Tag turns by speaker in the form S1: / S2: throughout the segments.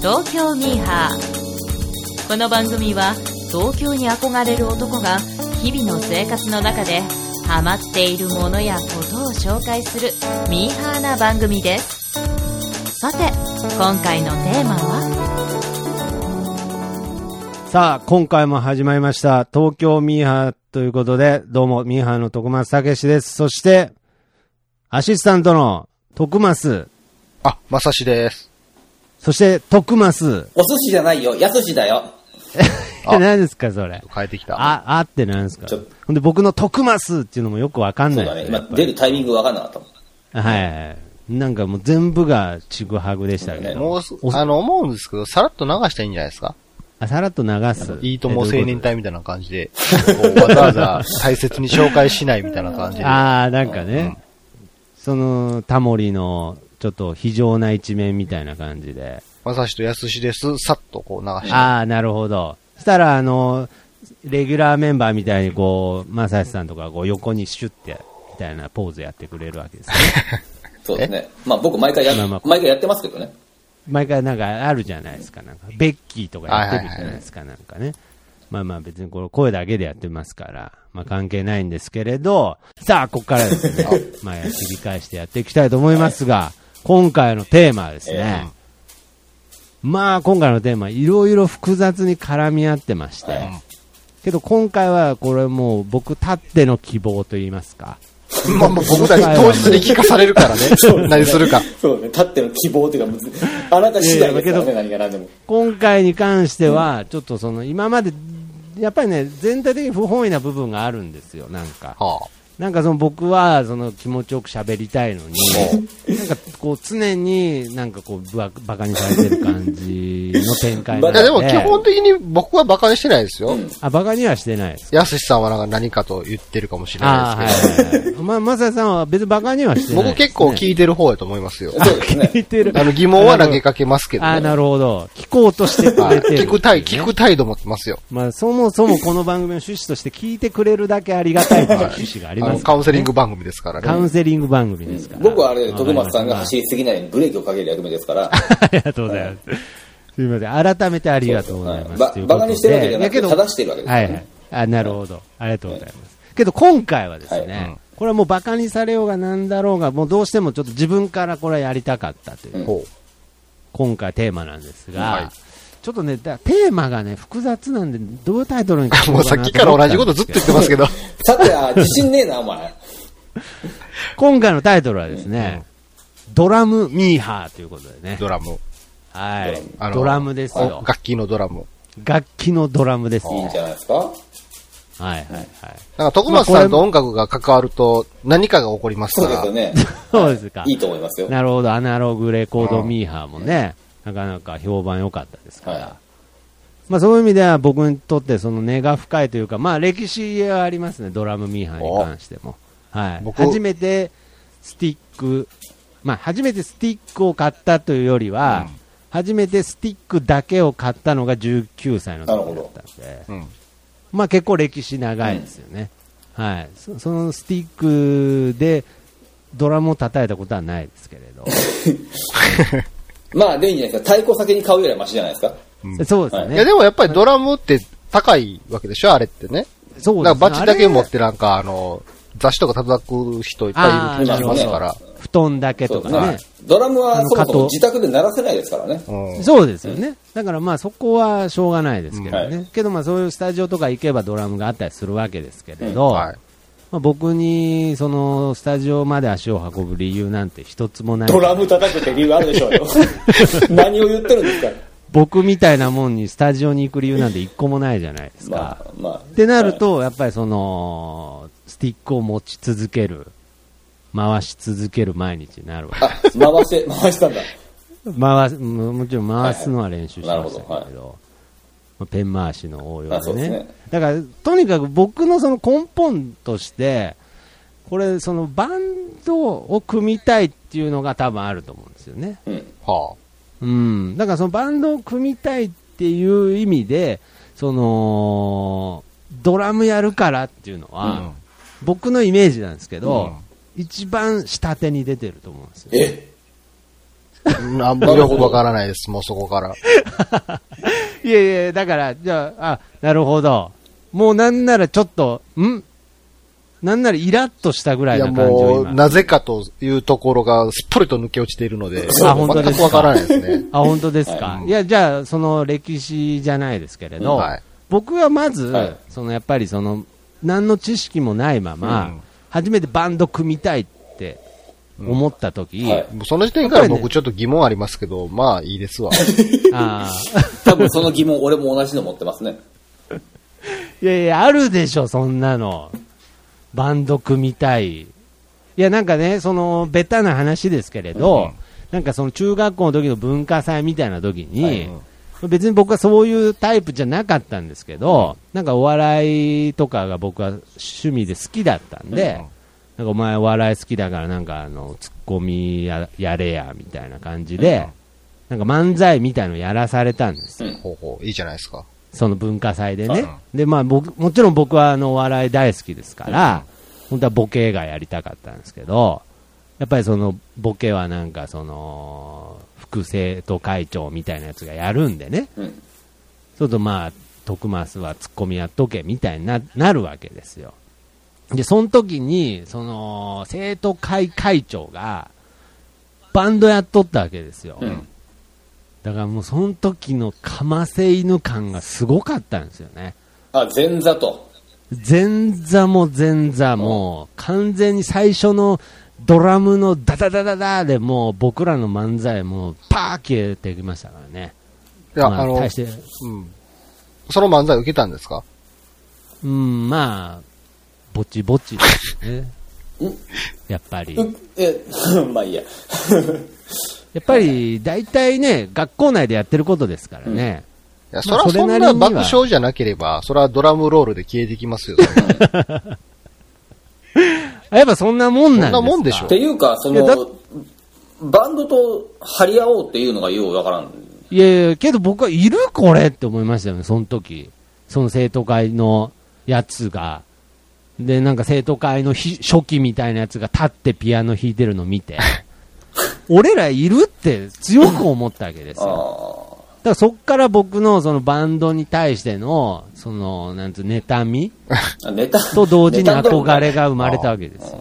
S1: 東京ミーハーこの番組は東京に憧れる男が日々の生活の中でハマっているものやことを紹介するミーハーな番組ですさて今回のテーマは
S2: さあ、今回も始まりました。東京ミーハーということで、どうも、ミーハーの徳松武史です。そして、アシスタントの徳松、
S3: あ、まさしです。
S2: そして徳松、
S4: お寿司じゃないよ、やすしだよ。
S3: あ
S2: 何ですか、それ。
S3: 変えてきた。
S2: あ、あって何ですか
S4: ちょ。
S2: ほんで、僕の徳松っていうのもよくわかん
S4: そ
S2: な
S4: う
S2: い
S4: だね。
S2: です
S4: 今
S2: ね。
S4: 出るタイミングわかんなかったもん。
S2: はいはいはい。なんかもう全部がちぐはぐでしたけど。
S3: もうす、
S2: お
S3: あの、思うんですけど、さらっと流したらいいんじゃないですか
S2: あさらっと流す。
S3: いいとも青
S2: えどういうこと
S3: 年隊みたいな感じで、こうわざわざ大切に紹介しないみたいな感じで。
S2: ああ、なんかね、その、タモリの、ちょっと非常な一面みたいな感じで。
S3: まさしとやすしです。さっとこう流して。
S2: ああ、なるほど。そしたら、あの、レギュラーメンバーみたいに、こう、正志さんとか、こう、横にシュッて、みたいなポーズやってくれるわけですね。
S4: そうですね。まあ僕毎回や、
S2: まあまあ
S4: 毎回やってますけどね。
S2: 毎回なんかあるじゃないですか。なんか、ベッキーとかやってるじゃないですか、なんかね。まあまあ別にこれ声だけでやってますから、まあ関係ないんですけれど、さあ、ここからですね、まあ切り返してやっていきたいと思いますが、今回のテーマはですね、まあ今回のテーマ、いろいろ複雑に絡み合ってまして、けど今回はこれもう僕たっての希望と言いますか、
S3: まあまあ僕たち当日に聞かされるからね。何するか。
S4: そうね。立っての希望と いうかむず、あなた次第ですからね、何が何でも。
S2: 今回に関しては、ちょっとその今まで、やっぱりね、全体的に不本意な部分があるんですよ、なんか。
S3: は
S2: なんかその僕はその気持ちよく喋りたいのに、なんかこう常になんかこうババカにされてる感じの展開
S3: あ。
S2: ないので。
S3: やでも基本的に僕は馬鹿にしてないですよ。
S2: あ、バカにはしてないです。
S3: やすしさんはなんか何かと言ってるかもしれ
S2: あ
S3: な
S2: あ、は
S3: いですけ
S2: い
S3: ど。
S2: はいはい。まあ、まささんは別にバカにはしてない、
S3: 僕結構聞いてる方やと思いますよ。
S4: そうで すね。
S2: 聞いてる。
S3: あの疑問は投げかけますけど
S2: ああ、
S3: ね。
S2: なるほど。聞こうとしてく
S3: はい
S2: れてる、
S3: 聞く態、聞く態度持ってますよ。
S2: まあ、そもそもこの番組の趣旨として聞いてくれるだけありがたいという趣旨がありま
S3: あの
S2: すか
S3: カウン
S2: ら。
S3: セリング番組ですから
S2: カ
S3: ね。
S2: ウンセリング番組ですから。
S4: 僕はあれ、徳松さんが
S2: わか
S4: 走りすぎないようにブレーキをかける役目ですから。
S2: りましたありがとうございます。すみません。改めてありがとうございます。
S4: そうそうはい
S2: という
S4: ば
S2: ことで
S4: 馬鹿にしてるわけじゃなくて
S2: いやど
S4: 正してるわけですよ
S2: は
S4: ね
S2: いはい。あ、なるほど。ありがとうございます。けど今回はですね、
S4: はい
S3: うん
S2: これはもう馬鹿にされようがなんだろうが、もうどうしてもちょっと自分からこれはやりたかったという
S4: うん
S3: ほ
S2: 今回テーマなんですが、
S3: はい
S2: ちょっとね、だテーマがね、複雑なんで、どういうタイトルにしよ
S3: う。も
S2: う
S3: う
S2: か
S3: さ
S2: な
S3: っきから同じことずっと言ってます けど。
S4: さて、あ、自信ねえな、お前。
S2: 今回のタイトルはですね、ドラムミーハーということでね。
S3: ドラム。
S2: はい
S3: あ。の
S2: ドラムですよ。
S3: 楽器のドラム。
S2: 楽器のドラムです
S4: いいん
S2: ね
S4: じゃないですか
S2: はいはいはい。
S3: なんか徳松さんと音楽が関わると何かが起こります
S4: そう
S3: か
S4: で
S3: ら
S4: す。よね。
S2: そうですか
S4: い。いと思いますよ。
S2: なるほど、アナログレコードミーハーもね、なかなか評判良かったですから。
S4: は
S2: まあそういう意味では僕にとってその根が深いというか、まあ歴史はありますね、ドラムミーハーに関しても。はい。
S3: 僕
S2: 初めてスティック、まあ初めてスティックを買ったというよりは、
S3: うん
S2: 初めてスティックだけを買ったのが19歳の時だったんで、
S3: うん。
S2: まあ結構歴史長いですよね。はい。そそのスティックでドラムを叩いたことはないですけれど。
S4: い。まあ、でいいんじゃないですか。太鼓先に買うよりはマシじゃないですか。
S2: そうです
S3: い
S2: ね。
S3: やでもやっぱりドラムって高いわけでしょあれってね。
S2: そうで
S3: だ
S2: すね。
S3: からバチだけ持
S2: あれ
S3: ってなんかあの、雑誌とか叩く人いっぱいいる気がしますから。
S2: 布団だけと
S4: そうで
S2: か
S4: すね
S2: ね。。
S4: ドラムはそもそ
S2: あの加
S4: も
S2: 藤
S4: 自宅で鳴らせないですからね。
S3: うん
S2: そうですよね。だからまあそこはしょうがないですけど
S4: うんは
S2: ね。けどまあそういうスタジオとか行けばドラムがあったりするわけですけれど、
S3: はい。
S2: まあ僕にそのスタジオまで足を運ぶ理由なんて一つもない。
S4: ドラム叩くって理由あるでしょう よ。何を言ってるんですか。
S2: 僕みたいなもんにスタジオに行く理由なんて一個もないじゃないですか。
S4: まあ、まあ。
S2: ってなると、やっぱりその、スティックを持ち続ける、回し続ける毎日になるわけ
S4: あ、回して、回したんだ。
S2: 回すももちろん回すのは練習しましたけど,、
S4: はいはいなるほ
S2: まあペン回しの応用
S4: あ
S2: で
S4: そう
S2: ね
S4: ですね
S2: だからとにかく僕のその根本としてこれそのバンドを組みたいっていうのが多分あると思うんですよね
S4: うん。
S3: は
S2: うんだからそのバンドを組みたいっていう意味でそのドラムやるからっていうの
S3: あ。
S2: は、僕のイメージなんですけ
S3: う
S2: ど
S3: ん、
S2: 一番下手に出てると思うんですよ
S4: え
S3: うんあんまよくわからないです、もうそこから。
S2: いやいや、だから、じゃあ、あ、なるほど。もうなんならちょっと、んなんならイラッとしたぐら
S3: い
S2: い
S3: や、
S2: な感じを
S3: もう、
S2: 今。
S3: なぜかというところが、すっぽりと抜け落ちているので、
S2: あ本当で
S3: 全
S2: す
S3: く
S2: か
S3: わからないですね。
S2: あ、本当ですか。
S3: はい
S2: い、や、じゃあ、その歴史じゃないですけれど、
S3: はい
S2: 僕はまず、
S4: はい
S2: そのやっぱりその、何の知識もないまま、
S3: うん
S2: 初めてバンド組みたいって思った時、
S4: うんはい
S3: もうその時点から
S2: やっぱりね
S3: 僕ちょっと疑問ありますけど、まあいいで すわ。
S2: あー
S4: 多分その疑問、俺も同じの持ってますね。
S2: いやいや、あるでしょ、そんなの。バンド組みたい。いや、なんかね、その、ベタな話ですけれど、なんかその中学校の時の文化祭みたいな時に、別に僕はそういうタイプじゃなかったんですけど、なんかお笑いとかが僕は趣味で好きだったんで、なんかお前お笑い好きだからなんかあの、ツッコミややれや、みたいな感じで、なんか漫才みたいのやらされたんですよ
S3: ほうほう、いいじゃないですか。
S2: その文化祭でね。で、まあ僕、もちろん僕はあの、お笑い大好きですから、本当はボケがやりたかったんですけど、やっぱりその、ボケはなんかその、副生徒会長みたいなやつがやるんでね。
S4: うん。
S2: ちょっとまあ、徳スはツッコミやっとけみたいにななるわけですよ。で、その時に、その、生徒会会長が、バンドやっとったわけですよ。
S4: うん。
S2: だからもう、その時のかませ犬感がすごかったんですよね。
S4: あ、前座と。
S2: 前座も前座も、完全に最初のドラムのダダダダダでもう僕らの漫才もうパー消えてきましたからね。
S3: いや、
S2: まあ
S3: あの、
S2: 大して、
S3: うん。その漫才受けたんですか
S2: うん、まあ、ぼちぼちですね。やっぱり。
S4: うえ、 まあいいや。
S2: やっぱり、大体ね、学校内でやってることですからね。
S3: いや、そ
S2: まあ
S3: らそ
S2: それなんりには
S3: な爆笑じゃなければ、そらドラムロールで消えて きますよ。そんな
S2: あやっぱそんなもんなんですか
S3: そんなもんでしょ
S4: っていうか、そ
S2: いやだ
S4: の、バンドと張り合おうっていうのがようわからん。
S2: いやいや、けど僕はいるこれって思いましたよね、その時。その生徒会のやつが。で、なんか生徒会のひ初期みたいなやつが立ってピアノ弾いてるの見て。 俺らいるって強く思ったわけです
S4: あ
S2: よ。
S4: あ。
S2: だからそっから僕のそのバンドに対しての、その、なんつう、妬み
S4: ネタ
S2: と同時に
S4: ネタどころか
S2: 憧れが生まれたわけですよ。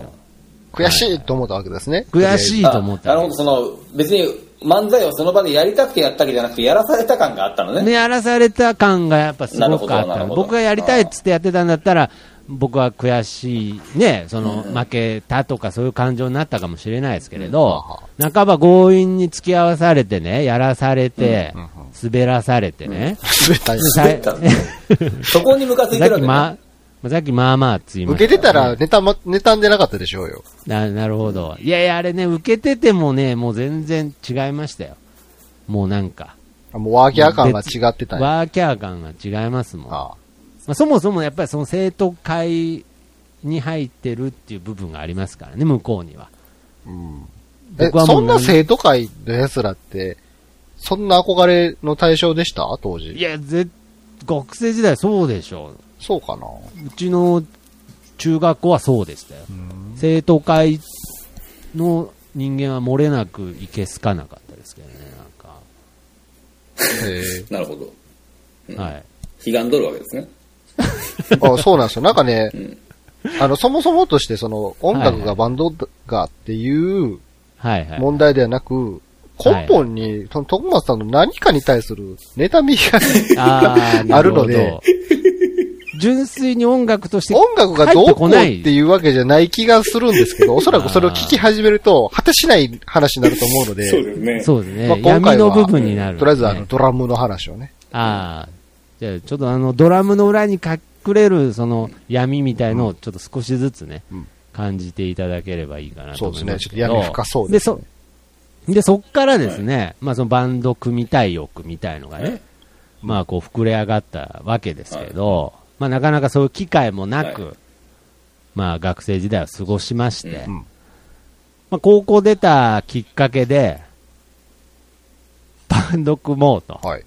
S3: 悔しいと思ったわけですね。
S2: 悔しいと思っ
S4: あ
S2: た
S4: な
S2: わ
S4: る
S2: けで
S4: ほ
S2: す。
S4: ど、その、別に漫才をその場でやりたくてやったわけじゃなくて、やらされた感があったのね。
S2: ね、やらされた感がやっぱすごくあっ
S4: なるほどな
S2: た
S4: るほど
S2: 僕がやりたいっつってやってたんだったら、僕は悔しい、ね、その、負けたとかそういう感情になったかもしれないですけれど、半ば強引に付き合わされてね、やらされて、滑らされてね、
S3: 滑ったんです
S2: さ
S4: 滑ったのねそこにムカつ
S2: さ
S4: いて
S2: っ
S4: るわ
S2: き
S4: けね
S2: ま、さっきまあまあっつ言いま
S3: 受
S2: した
S3: け
S2: よね、
S3: て たら、ネタま、ネタんでなかったでしょうよ。
S2: な、なるほど。いやいや、あれね、受けててもね、もう全然違いましたよ。もうなんか、
S3: もうワーキャー感が違ってたんや。
S2: ワーキャー感が違いますもん。
S3: ああ
S2: まあ、そもそもやっぱりその生徒会に入ってるっていう部分がありますからね、向こうには。
S3: え
S2: 僕は、もう
S3: そんな生徒会の奴らって、そんな憧れの対象でした当
S2: い
S3: 時。
S2: や、ぜ学生時代そうでしょ
S3: そうかな
S2: う。うちの中学校はそうでしたよ。生徒会の人間は漏れなくいけすかなかったですけどね、な
S3: へ
S4: なるほど。
S2: んか。はい。
S4: 悲願取るわけですね。
S3: え あそうなんですよ。なんかね、あの、そもそもとして、その、音楽がバンドがっていう
S2: はいはい。
S3: 問題ではなく、根本に、その、徳松さんの何かに対する妬みが、
S2: あー
S3: あるので。
S2: 純粋に音楽として
S3: 音楽がどうこ
S2: 入ってこ
S3: うって
S2: ない
S3: いうわけじゃない気がするんですけど、おそらくそれを聞き始めると、果てしない話になると思うので、
S4: ですね
S2: そうですね、
S3: まあ今
S2: 闇
S3: 回は
S2: の部分になる、
S3: とりあえずあの、ドラムの話をね。
S2: ああ、じゃあちょっとあのドラムの裏に隠れるその闇みたいのをちょっと少しずつね、
S3: うん
S2: 感じていただければいいかなと思いますけど。
S3: そうですねちょっと闇深そうですね
S2: そで、そっからですね、まあそのバンド組みたい欲みたいのがね、まあこう膨れ上がったわけですけど、まあなかなかそういう機会もなく、
S4: は
S2: まあ学生時代を過ごしまして、
S4: うん
S2: まあ高校出たきっかけで、バンド組もうと。
S3: はい。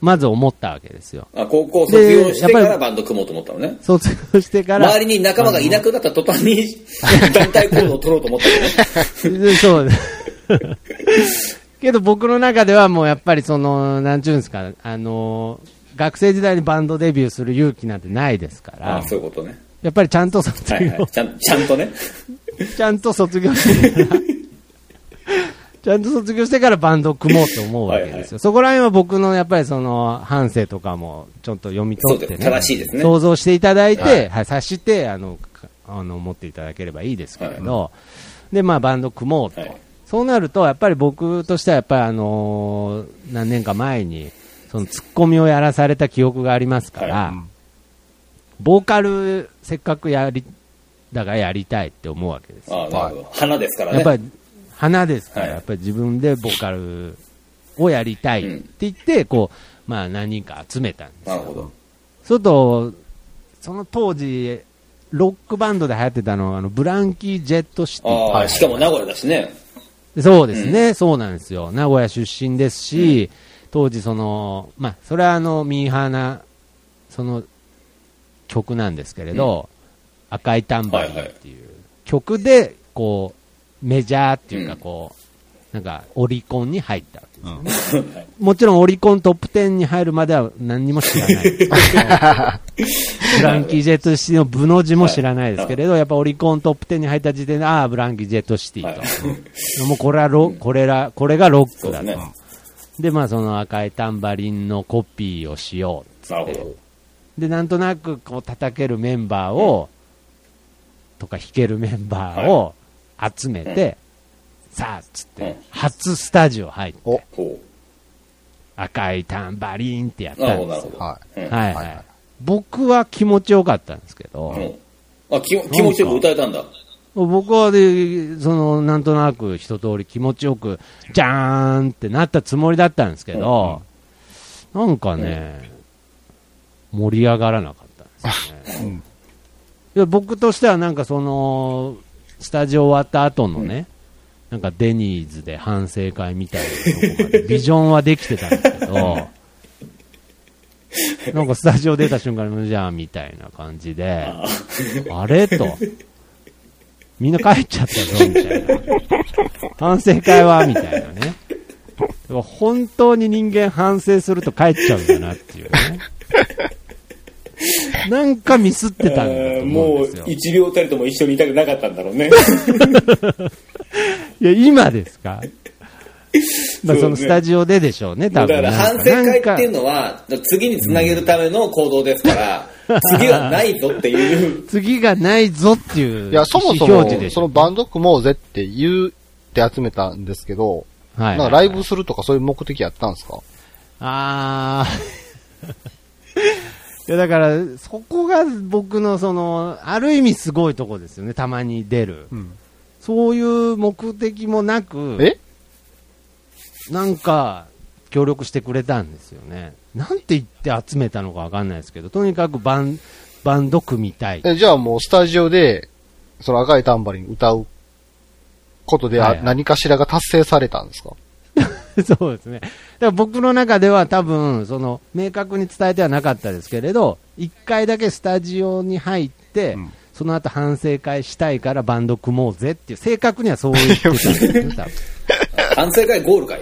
S2: まず思ったわけですよ。
S4: あ高校卒業して
S2: で
S4: か
S2: やっぱ
S4: ら
S2: り
S4: バンド組もうと思ったのね。
S2: 卒業してから、
S4: 周りに 仲間がいなくなった途端に団体行動を取ろうと思ったのね。
S2: そう、けど僕の中ではもうやっぱりその、なんちゅうんですか、あの、学生時代にバンドデビューする勇気なんてないですか
S4: あ
S2: ら
S4: あ、、そういうことね。
S2: やっぱりちゃんと卒
S4: はいは
S2: 業
S4: い。、ちゃん、ちゃんとね。
S2: ちゃんと卒業してから、 ちゃんと卒業してからバンドを組もうと思うわけですよ。
S4: はいはい
S2: そこら辺は僕のやっぱりその反省とかもちょっと読み取って
S4: そう
S2: ね、
S4: です正しいですね
S2: 想像していただいて、
S4: は
S2: はい、察して、あの、かあの、持っていただければいいですけれど、で、まあバンド組もうと。
S4: はい
S2: そうなると、やっぱり僕としては、やっぱりあのー何年か前に、そのツッコミをやらされた記憶がありますから、
S4: は
S2: ボーカル、せっかくやり、だがやりたいって思うわけですよ
S4: ああ、なるほど。花ですからね。
S2: やっぱり花ですから、
S4: はい
S2: やっぱり自分でボーカルをやりたいって言って、こう、まあ何人か集めたんです
S4: なる
S2: よ。
S4: ほど。
S2: それと、その当時、ロックバンドで流行ってたのは、あの、ブランキー・ジェット・シティ。
S4: ああ、しかも名古屋だしね。
S2: そうですね、そうなんですよ。名古屋出身ですし、当時その、まあ、それはあの、ミーハーな、その、曲なんですけれど、赤いタンバリンっていう曲で、こう、メジャーっていうか、
S4: うん
S2: こう、なんか、オリコンに入ったわけですよね。
S4: はい
S2: もちろんオ リコントップ10に入るまでは何にも知らないですけ ど。ブランキー・ジェット・シティの部の字も知らないですけれど、やっぱオリコントップ10に入った時点で、ああ、ブランキー・ジェット・シティと。もうこれはロ、これら、これがロッ
S4: そ
S2: ク
S4: うで
S2: だ
S4: す
S2: と。
S4: ね
S2: で。まあその赤いタンバリンのコピーをしようっつ
S4: な
S2: って
S4: るほ
S2: で、なんとなくこう叩けるメンバーを、とか弾けるメンバーを集めて、さあっつっ
S4: うん
S2: て、初スタジオ入って、
S3: お
S4: ど。ほ
S2: 赤いタンバリンってやっ
S4: う。な
S2: た
S4: るほ
S2: ん
S4: ど、
S2: で
S4: なる
S2: す
S4: ほ
S2: よ。
S4: ど。
S3: は
S4: うん
S2: はい
S3: は
S2: はい
S3: はいい。
S2: 僕は気持ちよかったんですけど、
S4: うんあ気も気持ちよく歌えたんだ。
S2: 僕はで、その、なんとなく一通り気持ちよく、じゃーんってなったつもりだったんですけど、なんかね、盛り上がらなかったんですよね。いや僕としてはなんかその、スタジオ終わった後のね、なんかデニーズで反省会みたいなとこまで、ビジョンはできてたんですけ ど、 なんかスタジオ出た瞬間に、じゃあ、みたいな感じで、あれと。みんな帰っちゃったぞ、みたいな。反省会は、みたいなね。でも本当に人間反省すると帰っちゃうんだなっていうね。なんかミスってたんだと思うん
S4: もう
S2: ですよ。
S4: 一秒たりとも一緒にいたくなかったんだろうね。
S2: いや、今ですかまあ、そのスタジオででしょうね、多分
S4: だから
S2: な
S4: 反
S2: ん
S4: 省
S2: か。
S4: 会ってい
S2: なん
S4: う
S2: か
S4: のは、次につなげるための行動ですから、次はないぞっていう。
S2: 次がないぞっていう
S3: い
S2: 意思
S3: や、そもそも
S2: 表示で、し
S3: そ
S2: ょ
S3: のバンド組もうぜって言うって集めたんですけど、
S2: は
S3: ないんかライブするとかそういう目的やったんですか
S2: あ ー。いやだから、そこが僕のその、ある意味すごいとこですよね、たまに出る。そういう目的もなく、
S3: え
S2: なんか、協力してくれたんですよね。なんて言って集めたのかわかんないですけど、とにかくバン、バンド組みたい。
S3: えじゃあもうスタジオで、その赤いタンバリン歌うことで、
S2: は
S3: あ
S2: いはい
S3: 何かしらが達成されたんですか
S2: そうですね。だから僕の中では多分、その、明確に伝えてはなかったですけれど、一回だけスタジオに入って、その後反省会したいからバンド組もうぜっていう、正確にはそう言ってたんです よ、多分。
S4: 反省会ゴール会。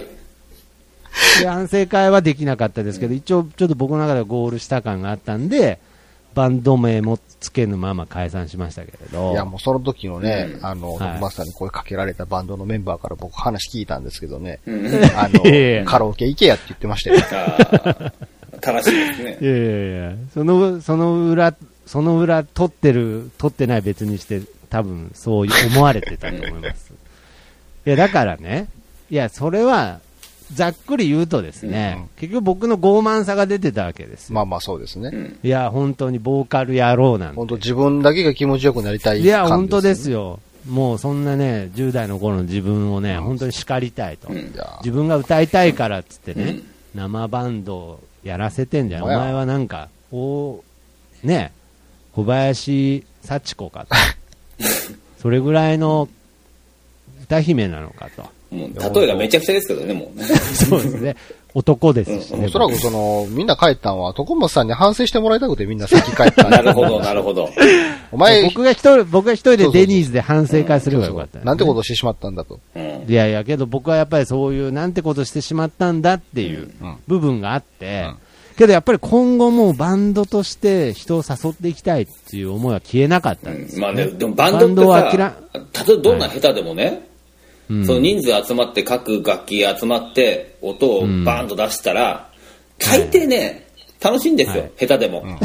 S2: で反省会はできなかったですけど、一応ちょっと僕の中ではゴールした感があったんで、バンド名もつけぬまま解散しましたけれど。
S3: いや、もうその時のね、あの、
S2: はい
S3: まさに声かけられたバンドのメンバーから僕話聞いたんですけどね、
S4: うん
S3: あ
S2: いやいや
S3: の、カラオケ行けやって言ってました よ。
S4: あー正しいですね
S2: い。やいやいや、その、その裏、その裏、取ってる、取ってない別にして、多分そう思われてたと思います。いや、だからね、いや、それは、ざっくり言うとですね、結局僕の傲慢さが出てたわけですよ。
S3: まあまあそうですね。
S2: いや、本当にボーカル野郎なんて
S3: 本当自分だけが気持ちよくなりたい感
S2: い
S3: です、
S2: や、本当ですよ。もうそんなね、10代の頃の自分をね、本当に叱りたいと。
S4: ん
S3: いや。
S2: 自分が歌いたいからっつってね、生バンドをやらせてんじゃん。お
S3: ほんまや
S2: 前はなんか、おね、小林 幸子かと。それぐらいの歌姫なのかと。
S4: もう、例えがめちゃくちゃですけどね、もう。
S2: そうですね。男ですしね。
S3: おそらくその、みんな帰ったんは、徳松さんに反省してもらいたくてみんな先帰ったん
S4: な
S3: や
S4: るほど、なるほど。
S3: お前、
S2: 僕が一人、僕が一人でデニーズで反省会すればよかった、
S3: なんてことしてしまったんだと。
S4: うん。
S2: いやいや、けど僕はやっぱりそういう、なんてことしてしまったんだっていう
S3: うん
S2: 部分があって、
S3: うん
S2: けどやっぱり今後もうバンドとして人を誘っていきたいっていう思いは消えなかったんです。
S4: まあね、でもバンドって
S2: バンド
S4: さ
S2: は、
S4: 例えばどんな下手でもね、
S2: うん
S4: その人数集まって、各楽器集まって、音をバーンと出したら、大抵ね、楽しいんですよ、
S2: はい
S4: 下手でも。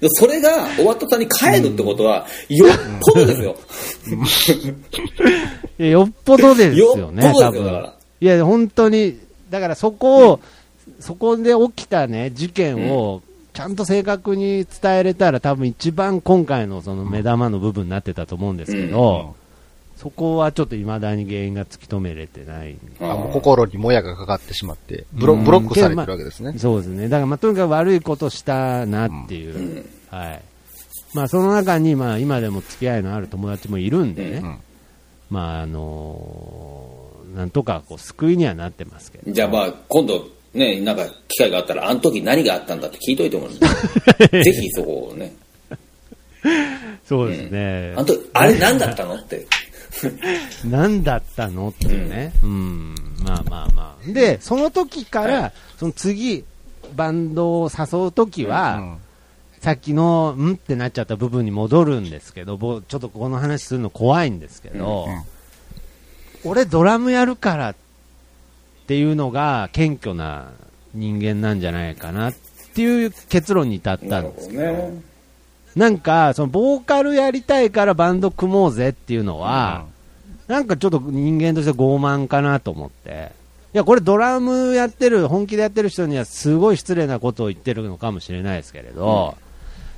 S4: でそれが終わった途端に帰るってことは、よっぽどですよ。
S2: いやよっぽどですよね、
S4: よっぽど
S2: 多
S4: ですよだか
S2: 分
S4: ら。
S2: いや、本当に、だからそこを、そこで起きたね、事件を、ちゃんと正確に伝えれたら、多分一番今回のその目玉の部分になってたと思うんですけど、そこはちょっと未だに原因が突き止めれてない。
S4: う
S3: あもうん心にもやがかかってしまって、ブロブロックされてるわけですね。
S2: そうですね。だから、まあ、とにかく悪いことしたなっていう。はい。まあ、その中に、まあ、今でも付き合いのある友達もいるんでね。
S3: ん
S2: まあ、あのーなんとか、こう、救いにはなってますけど。
S4: じゃあまあ、今度、ね、なんか機会があったら、あの時何があったんだって聞いといても らうぜひそこをね。
S2: そうですね
S4: あ。の時、あれ何だったのって。
S2: 何だったのっていうね。うん。まあまあまあ。で、その時から、その次、バンドを誘う時は、
S3: うん
S2: さっきの、んってなっちゃった部分に戻るんですけど、僕ちょっとこの話するの怖いんですけど、
S3: うんうん
S2: 俺ドラムやるからっていうのが謙虚な人間なんじゃないかなっていう結論に至ったんですけど、
S4: ね。
S2: なんか、そのボーカルやりたいからバンド組もうぜっていうのは、なんかちょっと人間として傲慢かなと思って、いや、これドラムやってる、本気でやってる人にはすごい失礼なことを言ってるのかもしれないですけれど、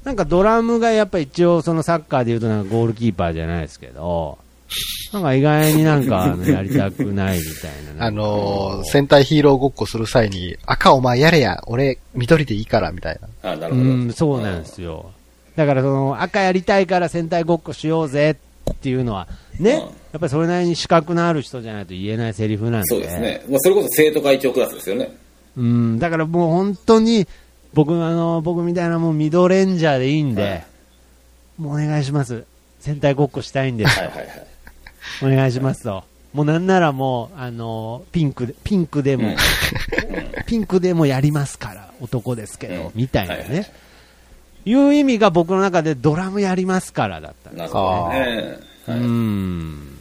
S2: なんかドラムがやっぱ一応そのサッカーで言うとなんかゴールキーパーじゃないですけど、なんか意外になんかあのやりたくないみたいな。
S3: あのー、戦隊ヒーローごっこする際に、赤お前やれや、俺、緑でいいから、みたいな。
S4: あ、なる
S2: う
S4: ほど。
S2: ん、そうなんですよ。だからその赤やりたいから戦隊ごっこしようぜっていうのは、ね、
S4: うん
S2: やっぱりそれなりに資格のある人じゃないと言えないセリフなんで。
S4: そうですね。まあ、それこそ生徒会長クラスですよね。
S2: うん、だからもう本当に、僕、あの、僕みたいなもうミドレンジャーでいいんで、
S4: はい
S2: もうお願いします。戦隊ごっこしたいんです
S4: はい。はいはい。
S2: お願いしますと。もうなんならもう、あの、ピンクで、ピンクでも、ピンクでもやりますから、男ですけど、
S4: うん
S2: みたいな
S4: はいはいは
S2: ね。いう意味が僕の中でドラムやりますからだったんです
S4: なるほどね。はい
S2: うん。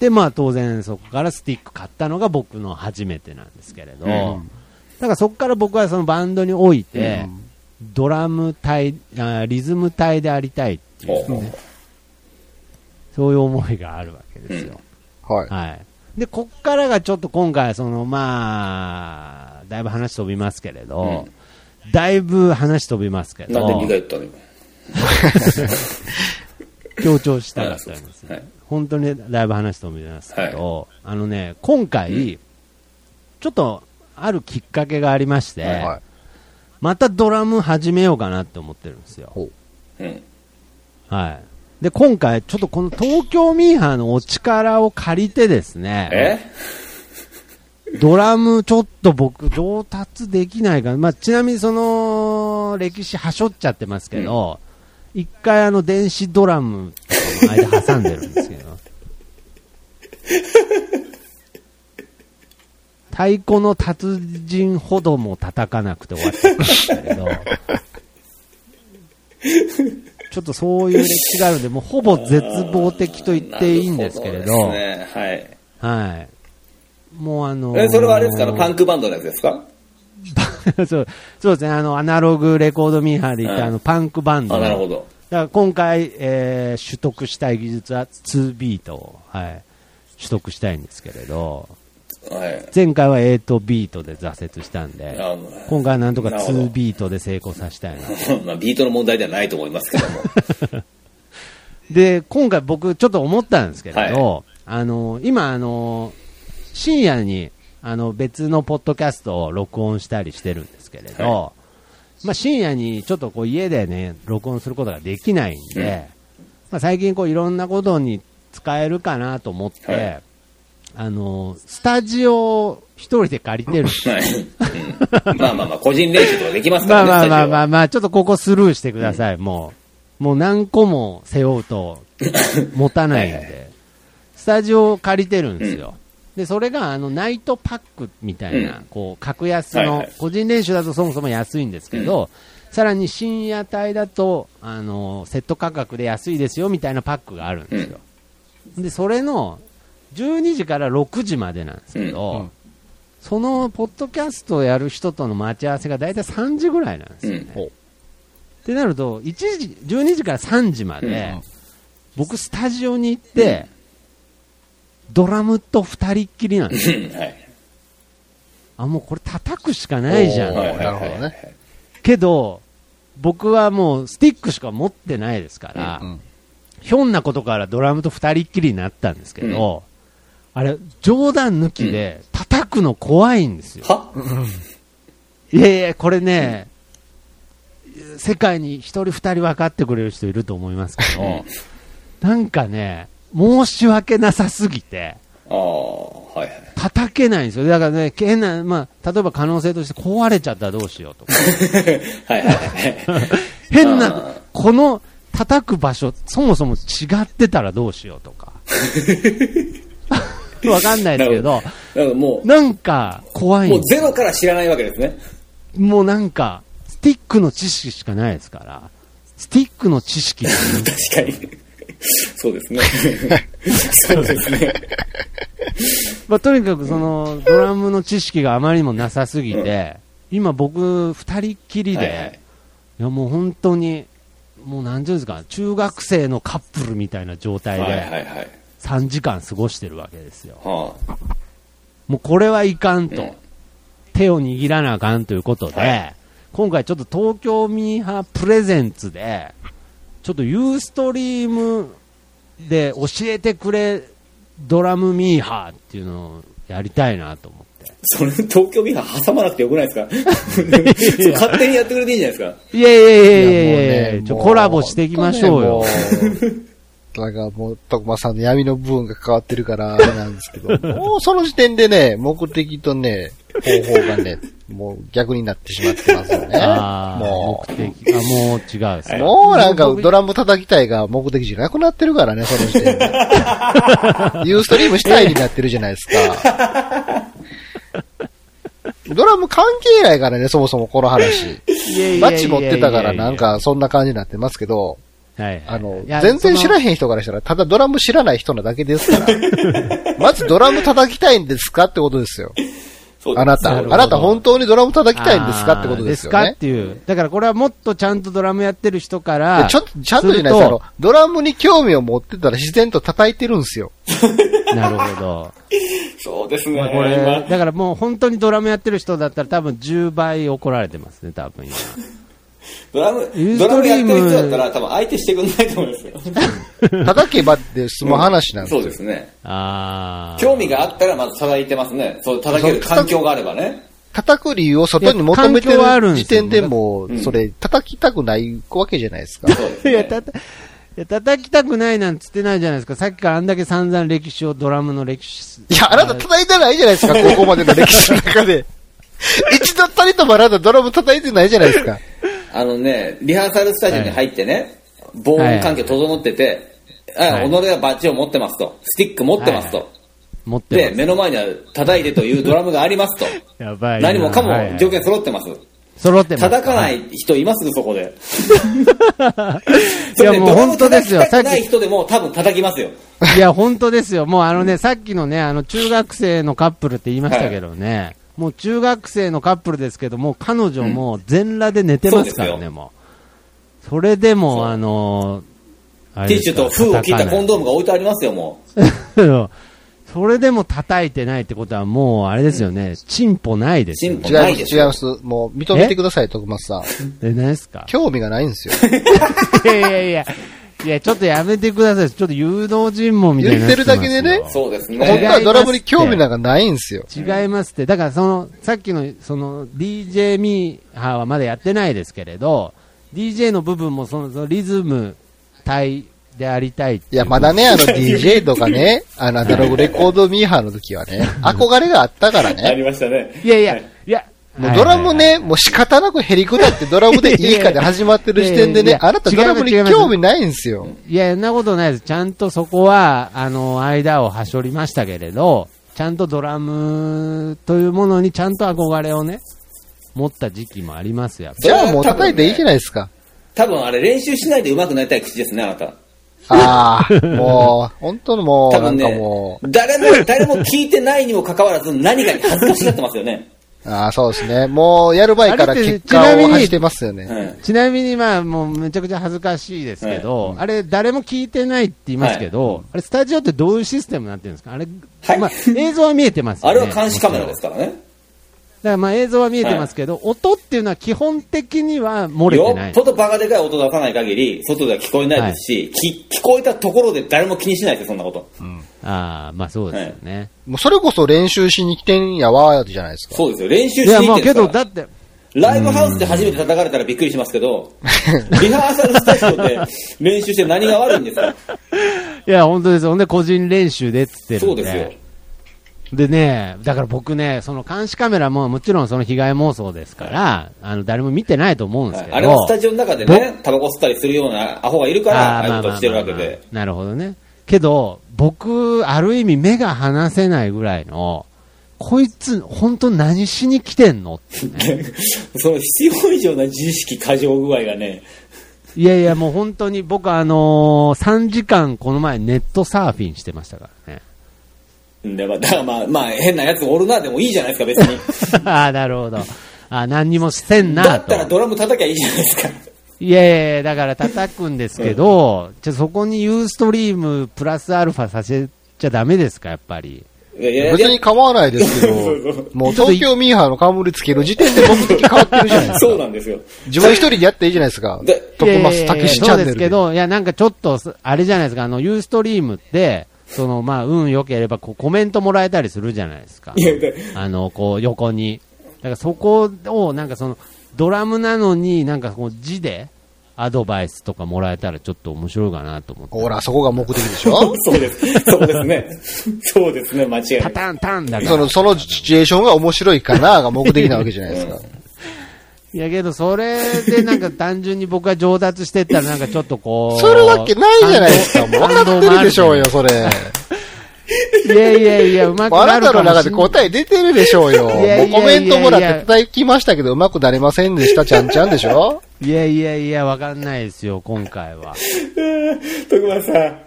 S2: で、まあ当然そこからスティック買ったのが僕の初めてなんですけれど、
S4: うん
S2: だからそこから僕はそのバンドにおいて、ドラム体、あリズム体でありたいってい
S4: ほう
S2: う
S4: ほう
S2: ね、そういう思いがあるわけですよ。
S3: はい。
S2: はい。で、こっからがちょっと今回、その、まあ、だいぶ話飛びますけれど、だいぶ話飛びますけ
S4: なんで2回
S2: ど、
S4: 言ったの今。
S2: 強調したかったんです
S4: はい。
S2: 本当にだいぶ話飛びますけど、あのね、今回、ちょっと、あるきっかけがありまして、
S3: はいはい。
S2: またドラム始めようかなって思ってるんですよ。
S3: ほう。
S4: うん。
S2: はい。で、今回、ちょっとこの東京ミーハーのお力を借りてですね、
S4: え
S2: ドラム、ちょっと僕、上達できないから、まあ、ちなみにその、歴史はしょっちゃってますけど、一、回あの、電子ドラムとかの間挟んでるんですけ ど、太鼓の達人ほども叩かなくて終わっちゃったんですけど、ちょっとそういう歴史があるんで、もうほぼ絶望的と言っていいんですけれど、
S4: なるほですね。はい。
S2: はい。もうあのー
S4: え、それはあれですから、パンクバンドのやつですか
S2: そうそうですね、あの、アナログレコードミーハーで言っ
S4: うん
S2: た、あの、パンクバンド。
S4: あ、なるほ。ど。
S2: だから今回、えー取得したい技術は2ビートを、はい、取得したいんですけれど、
S4: はい。
S2: 前回は8ビートで挫折したんで
S4: あの、
S2: 今回はなんとか
S4: なるほど
S2: 2ビートで成功させたいな。
S4: まあ、ビートの問題ではないと思いますけども。
S2: で、今回僕ちょっと思ったんですけれど、
S4: は
S2: あの、今、あの、深夜に、あの、別のポッドキャストを録音したりしてるんですけれど、
S4: は
S2: まあ深夜にちょっとこう家でね、録音することができないんで、まあ最近こういろんなことに使えるかなと思って、
S4: はい
S2: あの、スタジオを一人で借りてる。
S4: はい。うんまあまあまあ、個人練習とかできますか
S2: ま
S4: ら
S2: あ
S4: ね。
S2: まあまあま
S4: あ。
S2: あまあ、ちょっとここスルーしてください、もう。もう何個も背負うと、持たないんで。
S4: はいはい
S2: スタジオを借りてるんですよ。で、それが、あの、ナイトパックみたいな、
S4: うん
S2: こう、格安
S4: はい
S2: の、
S4: はい
S2: 個人練習だとそもそも安いんですけど、さらに深夜帯だと、あの、セット価格で安いですよ、みたいなパックがあるんですよ。で、それの、12時から6時までなんですけど、
S3: うんうん
S2: そのポッドキャストをやる人との待ち合わせが大体3時ぐらいなんですよね。
S3: うんお
S2: ってなると1時、12時から3時まで、
S4: うん
S2: 僕、スタジオに行って、ドラムと2人っきりなんですよ。
S4: うんはい。
S2: あ、もうこれ叩くしかないじゃ
S3: おー
S2: ん。
S4: はいはいはいはい
S3: なるほど
S2: けど、僕はもうスティックしか持ってないですから、
S3: うん
S2: ひょんなことからドラムと二人っきりになったんですけど、あれ、冗談抜きで、叩くの怖いんですよ。
S4: はい
S2: やいや、これね、世界に一人二人分かってくれる人いると思いますけど、なんかね、申し訳なさすぎて、
S4: ああ、はいはい。
S2: 叩けないんですよ。だからね、変な、まあ、例えば可能性として壊れちゃったらどうしようとか。
S4: はいはいはい。
S2: 変
S4: あ
S2: な、この叩く場所、そもそも違ってたらどうしようと か。わかんないですけど、
S4: だからも
S2: なんか怖
S4: う、
S2: い
S4: も
S2: ん
S4: う
S2: です
S4: ゼロから知らないわけですね。
S2: もうなんか、スティックの知識しかないですから、スティックの知識って
S4: 確かに。そうですね。そうですね。
S2: まあ、とにかくその、ドラムの知識があまりにもなさすぎて、今僕、二人っきりで、
S4: はい
S2: い
S4: はい
S2: やもう本当に、もう何ていうんですか、中学生のカップルみたいな状態
S4: はいは
S2: で、
S4: いはい。
S2: 3時間過ごしてるわけですよ。
S4: はあ。
S2: もうこれはいかん
S4: うん
S2: と、手を握らなあかんということで、
S4: はい
S2: 今回ちょっと東京ミーハープレゼンツで、ちょっとユーストリームで教えてくれドラムミーハーっていうのをやりたいなと思っ
S4: それ、東京ビハ挟まなくてよくないで すかそれ勝手にやってくれていいんじゃないですか
S2: て。いやいやいやいやいやい
S3: いやもう
S2: や
S3: ね
S2: ちょコラボしていきましょうよ。。
S3: だからもう、徳間さんの闇の部分が変わってるから、あれなんですけ ど、もうその時点でね、目的とね、方法がね、もう逆になってしまってますよね。
S2: あー
S3: も
S2: 目的、あ、もう違うですね。
S3: う、もうなんかドラム叩きたいが目的じゃなくなってるからね、その時 点で。ユーストリームしたいになってるじゃないですか。ドラム関係ないからね、そもそもこの話。
S2: いやいやいやいやいや
S3: マッチ持ってたからなん、かそんな感じになってますけど、
S2: はいはい
S3: あの
S2: い、や
S3: 全然知ら
S2: その
S3: へん人からしたら、ただドラム知らない人なだけです から。まずドラム叩きたいんですかってことですよ。
S4: そう
S3: あなた。
S2: な
S3: あ
S2: るほど
S3: なた本当にドラム叩きたいんですかってことですよ
S2: あーですかっ。
S3: ね
S2: ていう。だからこれはもっとちゃんとドラムやってる人から。
S3: でちょっと、ちゃんとじゃないですす
S2: る
S3: あの、ドラムに興味を持ってたら自然と叩いてるんですよ。
S2: なるほど。
S4: そうですね。
S2: まあこれ、だからもう本当にドラムやってる人だったら多分10倍怒られてますね、多分今。
S4: ドラム
S2: ユ、ー
S4: ド
S2: ス
S4: ラ
S2: ト
S4: ム
S2: リ
S4: やっ
S2: ー
S4: て
S2: ム
S4: る人だったら多分相手してくんないと思いますよ。
S3: 叩けばって済む話なんです
S4: そ
S3: よ。
S4: うですね。
S2: あー
S4: 興味があったらまず叩いてますね。そう、叩ける環境があればね。
S3: 叩く理由を外に求めて
S2: いや環
S3: る
S2: 境はあるんです
S3: 時
S2: よ
S3: 点でもう、それ、叩きたくないわけじゃないですか。
S4: そうです
S2: いや、
S4: ね。
S2: たた、いや、叩きたくないなんつってないじゃないですか。さっきからあんだけ散々歴史を、ドラムの歴史。
S3: いや、あなた叩いてないじゃないですか、ここまでの歴史の中で。一度たりともあなたドラム叩いてないじゃないですか。
S4: あのね、リハーサルスタジオに入ってね、防音環境整ってて、あ、
S2: はい
S4: 己はバッジを持ってますと。スティック持ってます
S2: は
S4: と。
S2: 持っ
S4: で、
S2: てま
S4: 目の前には叩いてというドラムがありますと。
S2: す。やばいな。
S4: 何もかも
S2: はいはい
S4: 条件揃ってます。
S2: 揃ってます。。
S4: 叩かないい人いますぐそこで。
S2: いや、もう本当ですよ。
S4: そ
S2: さっ
S4: れドラム叩きたくない
S2: き、
S4: 人でも多分叩きますよ。
S2: いや、本当ですよ。もうあのね、さっきのね、あの、中学生のカップルって言いましたけどね、もう中学生のカップルですけど、もう彼女も全裸で寝てますから
S4: そうです
S2: ね、
S4: よ
S2: もう。それで
S4: そう
S2: も、あのー、あ
S4: テ
S2: れ
S4: ィッ
S2: で
S4: シ
S2: す
S4: ュ
S2: から
S4: と封を切ったコンドームが置いてありますよ、もう。
S2: それでも叩いてないってことはもう、あれですよね、チンポないですよ
S4: チンポ
S3: 違い
S4: な
S3: ま
S4: いです
S3: す、
S4: よ
S3: 違います。もう認めてください、徳松さん。
S2: え、何ですか
S3: 興味がないんですよ。
S2: いやいやいや、 いや、ちょっとやめてください。ちょっと誘導尋問みたいになってますよ。
S3: 言ってるだけでね
S4: そうです
S3: 本当
S4: ね。
S3: はドラムに興味なんかないんですよ。
S2: 違いますって、だからその、さっきの、その、DJ ミーハーはまだやってないですけれど、DJ の部分もその、そのリズム、対、でありたいっていう
S3: いや、まだね、あの DJ とかね、あの、アナログレコードミーハーの時はね、憧れがあったから
S4: あ
S3: ね。
S4: りましたね。
S2: いやいや、いや、
S3: もうドラムね、もう仕方なくへりくだってドラムでいいかで始まってる時点で
S2: いや
S3: ね
S2: い、や
S3: あなたドラムに
S2: 違います
S3: 興味ないんですよ。
S2: いや、そんなことないです。ちゃんとそこは、あの、間をはしょりましたけれど、ちゃんとドラムというものにちゃんと憧れをね、持った時期もありますやっぱ
S3: じゃあもう叩いていいじゃないですか。
S4: 多分あれ練習しないで上手くなりたい口ですね、あなた。
S3: ああ、もう、本当のもう、
S4: 多
S3: なん
S4: 分
S3: か
S4: ね
S3: も、
S4: 誰も、誰も聞いてないにもかかわらず何かに恥ずかしがってますよね。
S3: う、ああ、そうですね。もう、やる前から
S2: あれって
S3: 結果
S2: ちなみ
S3: を
S2: に
S3: 発してますよ ね。
S4: はい。
S2: ちなみに、まあ、もうめちゃくちゃ恥ずかしいですけど、あれ、誰も聞いてないって言いますけど、あれ、スタジオってどういうシステムになってるんですかあれ、
S4: はい
S2: まあ、映像は見えてますよ
S4: あ
S2: ね。
S4: れは監視カメラですからね。
S2: だからまあ映像は見えてますけど、音っていうのは基本的には漏れて
S4: よ
S2: ない
S4: っ。ぽどバカでかい音出さない限り、外では聞こえないですし、き聞こえたところで誰も気にしないですよ、そんなこと。
S2: ああ、まあそうですよね。
S3: もう、それこそ練習しに来てんやわ、じゃないですか。
S4: そうですよ、練習し
S2: いや、
S4: に行
S2: ま
S4: っ
S2: あ
S4: てる
S2: け
S4: んで
S2: ど、
S4: すか
S2: だ
S4: ら。
S2: って、
S4: ライブハウスで初めて叩かれたらびっくりしますけど、リハーサルスタジオで練習して何が悪いんですか
S2: いや、本当ですよ。ほんで、個人練習でっつってる
S4: そうん
S2: で。
S4: ですよ。
S2: でね、だから僕ね、その監視カメラももちろんその被害妄想ですから、あの、誰も見てないと思うんですけど。
S4: あれはスタジオの中でね、タバコ吸ったりするようなアホがいるから、ああいうことをしてるわけで。
S2: なるほどね。けど、僕、ある意味目が離せないぐらいの、こいつ、本当何しに来てんの ってね。
S4: その必要以上な自意識過剰具合がね、
S2: いやいや、もう本当に僕、あのー、3時間この前ネットサーフィンしてましたから ね。
S4: でまあ、だからまあ、 まあ、変なやつおるなでもいいじゃないですか、別に。
S2: ああ、なるほど。あー何にもしてん
S4: だ
S2: な
S4: ったら
S2: と。
S4: ドラム叩きゃいいじゃないですか。
S2: いやいやいやだから叩くんですけど、じゃあそこにユーストリームプラスアルファさせちゃダメですか、やっぱり。
S4: いやいやいや
S3: 別に構わないですけど、もう東京ミーハーの冠つける時点で目的変わってるじゃないです
S4: そう
S3: か。
S4: なんですよ。
S3: 自分一人でやっていいじゃないですか
S4: で。
S3: 徳松たけしチャン
S2: いやいやいやそうで
S3: ネ
S2: すけ
S3: ルで。
S2: ど、いや、なんかちょっと、あれじゃないですか、あの、ユーストリームって、その、まあ、運良ければ、こう、コメントもらえたりするじゃないですか
S4: い。や、で
S2: あの、こう、横に。だからそこを、なんかその、ドラムなのに、なんかこう、字で、アドバイスとかもらえたらちょっと面白いかなと思って。
S3: ほら、そこが目的でしょ
S4: そうです。そうですね。そうですね、間違いな
S2: パ
S4: い。
S2: タンタンだから。
S3: その、そのシチュエーションが面白いかなが目的なわけじゃないですか。
S2: いやけど、それでなんか単純に僕が上達してったらなんかちょっとこう。
S3: それわけないじゃないですか。もう分かってるでしょうよ、それ。
S2: いやいやいや、うまく
S3: もうあ
S2: な
S3: な
S2: る
S3: た
S2: か
S3: の
S2: も
S3: 中
S2: し
S3: で
S2: んない。
S3: 答え出てるでしょうよ。もう
S2: いやいやいやいや
S3: コメントもらって叩きましたけど、うまくなれませんでした、ちゃんちゃんでしょ
S2: いやいやいや、わかんないですよ、今回は。
S4: 徳丸さん、
S2: え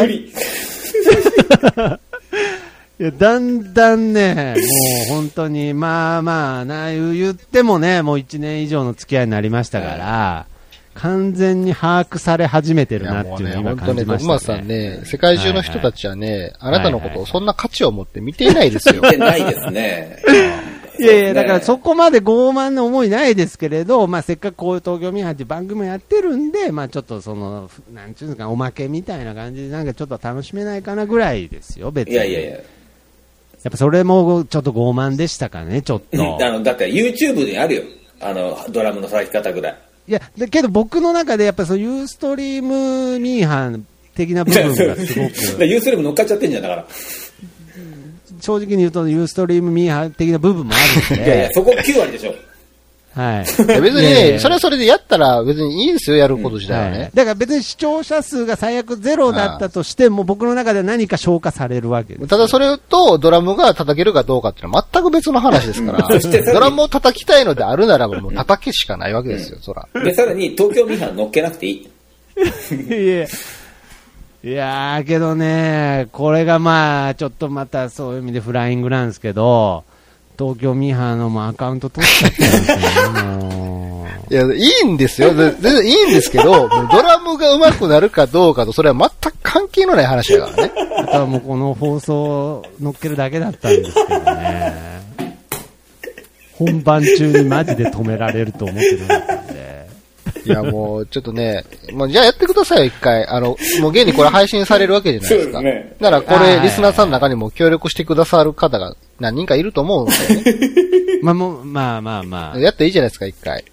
S4: 無理。
S2: いや、だんだんね、もう本当に、まあまあな、言う言ってもね、もう1年以上の付き合いになりましたから、完全に把握され始めてる
S3: い
S2: な
S3: や
S2: ってい
S3: も
S2: ううの
S3: ね、
S2: を今
S3: 本当
S2: 感
S3: ね、
S2: じま
S3: 徳松
S2: した
S3: さ
S2: ね。
S3: んね、世界中の人たちはね、あなたのことをそんな価値を持って見ていないですよ
S4: 言っ。てないですね。
S2: いやいや、だからそこまで傲慢な思いないですけれど、まあせっかくこういう東京ミーハーっていう番組をやってるんで、まあちょっとその、ふなんちゅうんですか、おまけみたいな感じで、なんかちょっと楽しめないかなぐらいですよ、別
S4: い
S2: に。
S4: やいやいや。
S2: やっぱそれもちょっと傲慢でしたかね、ちょっと。
S4: あの、だって YouTube にあるよ。あの、ドラムの叩き方ぐらい。
S2: いや、だけど僕の中でやっぱそのユーストリームミーハン的な部分がす ごく、
S4: ユースリム乗っかっちゃってんじゃんだから。
S2: 正直に言うとユーストリームミーハン的な部分もあるん
S4: いやいや、
S2: で、
S4: そこ9割でしょ。
S2: はい。
S3: いや別に
S2: いやいやい
S3: ね、
S2: や
S3: それはそれでやったら別にいいんですよ、やること自体は
S2: はい
S3: ね。
S2: だから別に視聴者数が最悪ゼロだったとしても、僕の中では何か消化されるわけです。
S3: ただそれとドラムが叩けるかどうかっていうのは全く別の話ですから、
S4: そしてさらに
S3: ドラムを叩きたいのであるならばもう叩けしかないわけですよ、そら。
S4: で、さらに東京ミーハン乗っけなくていい。
S2: いやいやいやーけどね、これがまあ、ちょっとまたそういう意味でフライングなんですけど、東京ミーハーのもうアカウント取っちゃったんですよね、もう。
S3: いや、いいんですよ。ぜ全然いいんですけ ど、もうドラムが上手くなるかどうかと、それは全く関係のない話だ からね。
S2: あとはもうこの放送乗っけるだけだったんですけどね。本番中にマジで止められると思ってなかったんで。
S3: いや、もう、ちょっとね、まあ、じゃあやってくださいよ、一回。あの、もう現にこれ配信されるわけじゃないですか。
S4: そうですね
S3: なら、こ
S2: はい
S3: れ、リスナーさんの中にも協力してくださる方が何 人かいると思うんで、
S2: まあもう、まあまあまあ。
S3: やっていいじゃないですか、一回。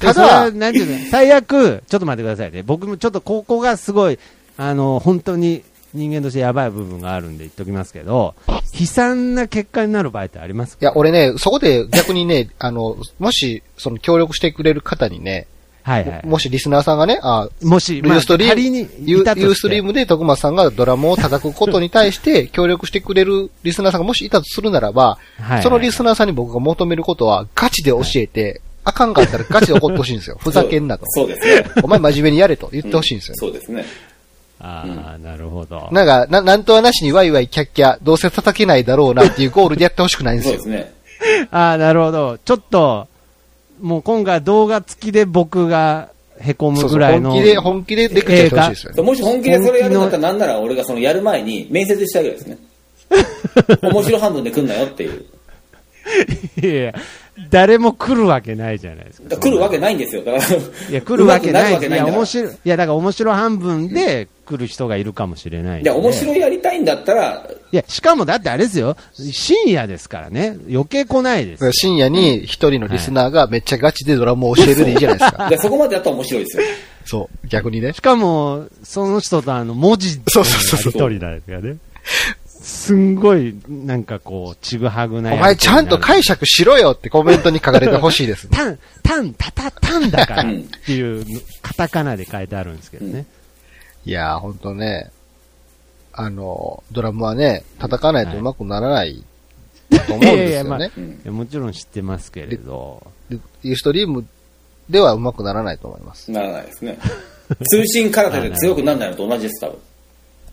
S3: た
S2: それは
S3: だ、
S2: なんていうの、最悪、ちょっと待ってくださいね。僕もちょっとここがすごい、あの、本当に人間としてやばい部分があるんで言っときますけど、悲惨な結果になる場合ってあります
S3: いや、俺ね、そこで逆にね、あの、もし、その協力してくれる方にね、
S2: はいはい。
S3: もしリスナーさんがね、あ
S2: もし、
S3: ユーストリーム、
S2: 仮に
S3: ユ
S2: いたとし
S3: ー
S2: て
S3: ユーストリームで徳間さんがドラムを叩くことに対して協力してくれるリスナーさんがもしいたとするならば、
S2: はい
S3: そのリスナーさんに僕が求めることはガチで教えて、あかんかったらガチで怒ってほしいんですよ。ふざけんなと。
S4: そうそうですね。
S3: お前真面目にやれと言ってほしいんですよね、
S4: そうですね。
S2: ああ、なるほど。
S3: なんか、な、なんとはなしにワイワイキャッキャ、どうせ叩けないだろうなっていうゴールでやってほしくないんです
S4: そう
S3: よ。
S4: ですね。
S2: ああ、なるほど。ちょっと、もう今回動画付きで僕が凹むぐらいの。
S3: そうそう本気で、本気でレクチャーしてほしいですよね。
S4: もし本気でそれやるんだったら、なんなら俺がそのやる前に面接してあげるんですね。面白半分で来んなよっていう。
S2: いやいや、誰も来るわけないじゃないですか。
S4: だから来るわけないんですよ。だから。
S2: いや、来るわけない。
S4: うまく
S2: い
S4: な
S2: や、
S4: るわけないんだから
S2: 面白い。いや、だから面白半分で来る人がいるかもしれないん
S4: い
S2: で。
S4: や、面白いやりたいんだったら、
S2: いや、しかもだってあれですよ。深夜ですからね。余計来ないですよ。
S3: 深夜に一人のリスナーがめっちゃガチでドラムを教えるでいいじゃないで すか。
S4: でそこまでやったら面白いですよ。
S3: そう、逆にね
S2: し。かも、その人とあの、文字
S3: そうそうそう
S2: 一人なんですからね。すんごい、なんかこう、ちぐはぐなやりとりに
S3: お
S2: なる。。
S3: 前ちゃんと解釈しろよってコメントに書かれてほしいです
S2: タン、タン、タタ、タンだから
S4: う
S2: っ
S4: ん
S2: ていう、カタカナで書いてあるんですけどね。
S3: いやー、ほんとね。あの、ドラムはね、叩かないと上手くならないと思うん
S2: いや
S3: で
S2: い
S3: す
S2: や、
S3: よ
S2: まあ、
S3: ね
S2: い。やもちろん知ってますけれど。
S3: でユーストリームでは上手くならないと思いま す。
S4: ならないですね。通信空手で強くならないのと同じです、多分。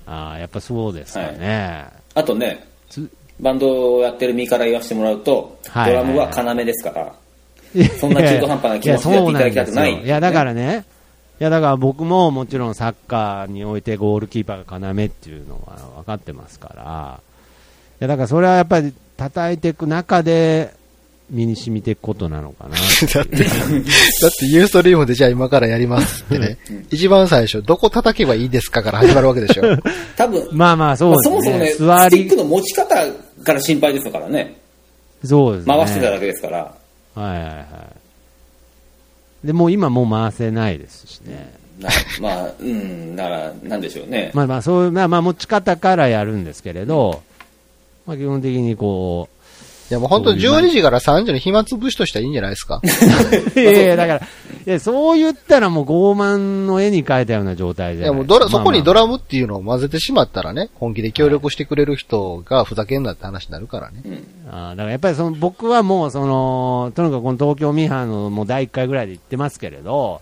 S2: ああ、やっぱそうですかね。
S4: あとね
S2: つ、
S4: バンドをやってる身から言わせてもらうと、
S2: はいはいはい
S4: ドラムは要ですから。そん
S2: い
S4: な
S2: やいや
S4: 中途半端な気持ちでやっていただきたくない
S2: やそうですよいや、だからね。いや、だから僕ももちろんサッカーにおいてゴールキーパーが要っていうのは分かってますから。いや、だからそれはやっぱり叩いていく中で身に染みていくことなのかな。
S3: だって、だってユーストリームでじゃあ今からやりますってね。一番最初、どこ叩けばいいですかから始まるわけでしょ。
S4: 多分、
S2: まあまあ、そうで
S4: まあ
S2: す
S4: そ
S2: ね。
S4: もそもね、ステ
S2: 座
S4: ィッ
S2: り、
S4: クの持ち方から心配ですからね。
S2: そうですね。
S4: 回してただけですから。
S2: はいはいはい。で、もう今もう回せないですしね。
S4: なまあ、うん、だから、なんでしょうね。
S2: まあまあ、そういう、まあまあ持ち方からやるんですけれど、まあ基本的にこう、
S3: いやもう本当12時から3時の暇つぶしとしてはいいんじゃ ないですか。
S2: いやいや、だから、いや、そう言ったらもう傲慢の絵に描いたような状態
S3: い
S2: じゃ
S3: や
S2: ない
S3: もうドラ、そこにド
S2: ラ、
S3: ラムっていうのを混ぜてしまったらね、本気で協力してくれる人がふざけんなって話になるからね。
S2: まあまああーだからやっぱりその、僕はもうその、とにかくこの東京ミーハーのもう第1回ぐらいで言ってますけれど、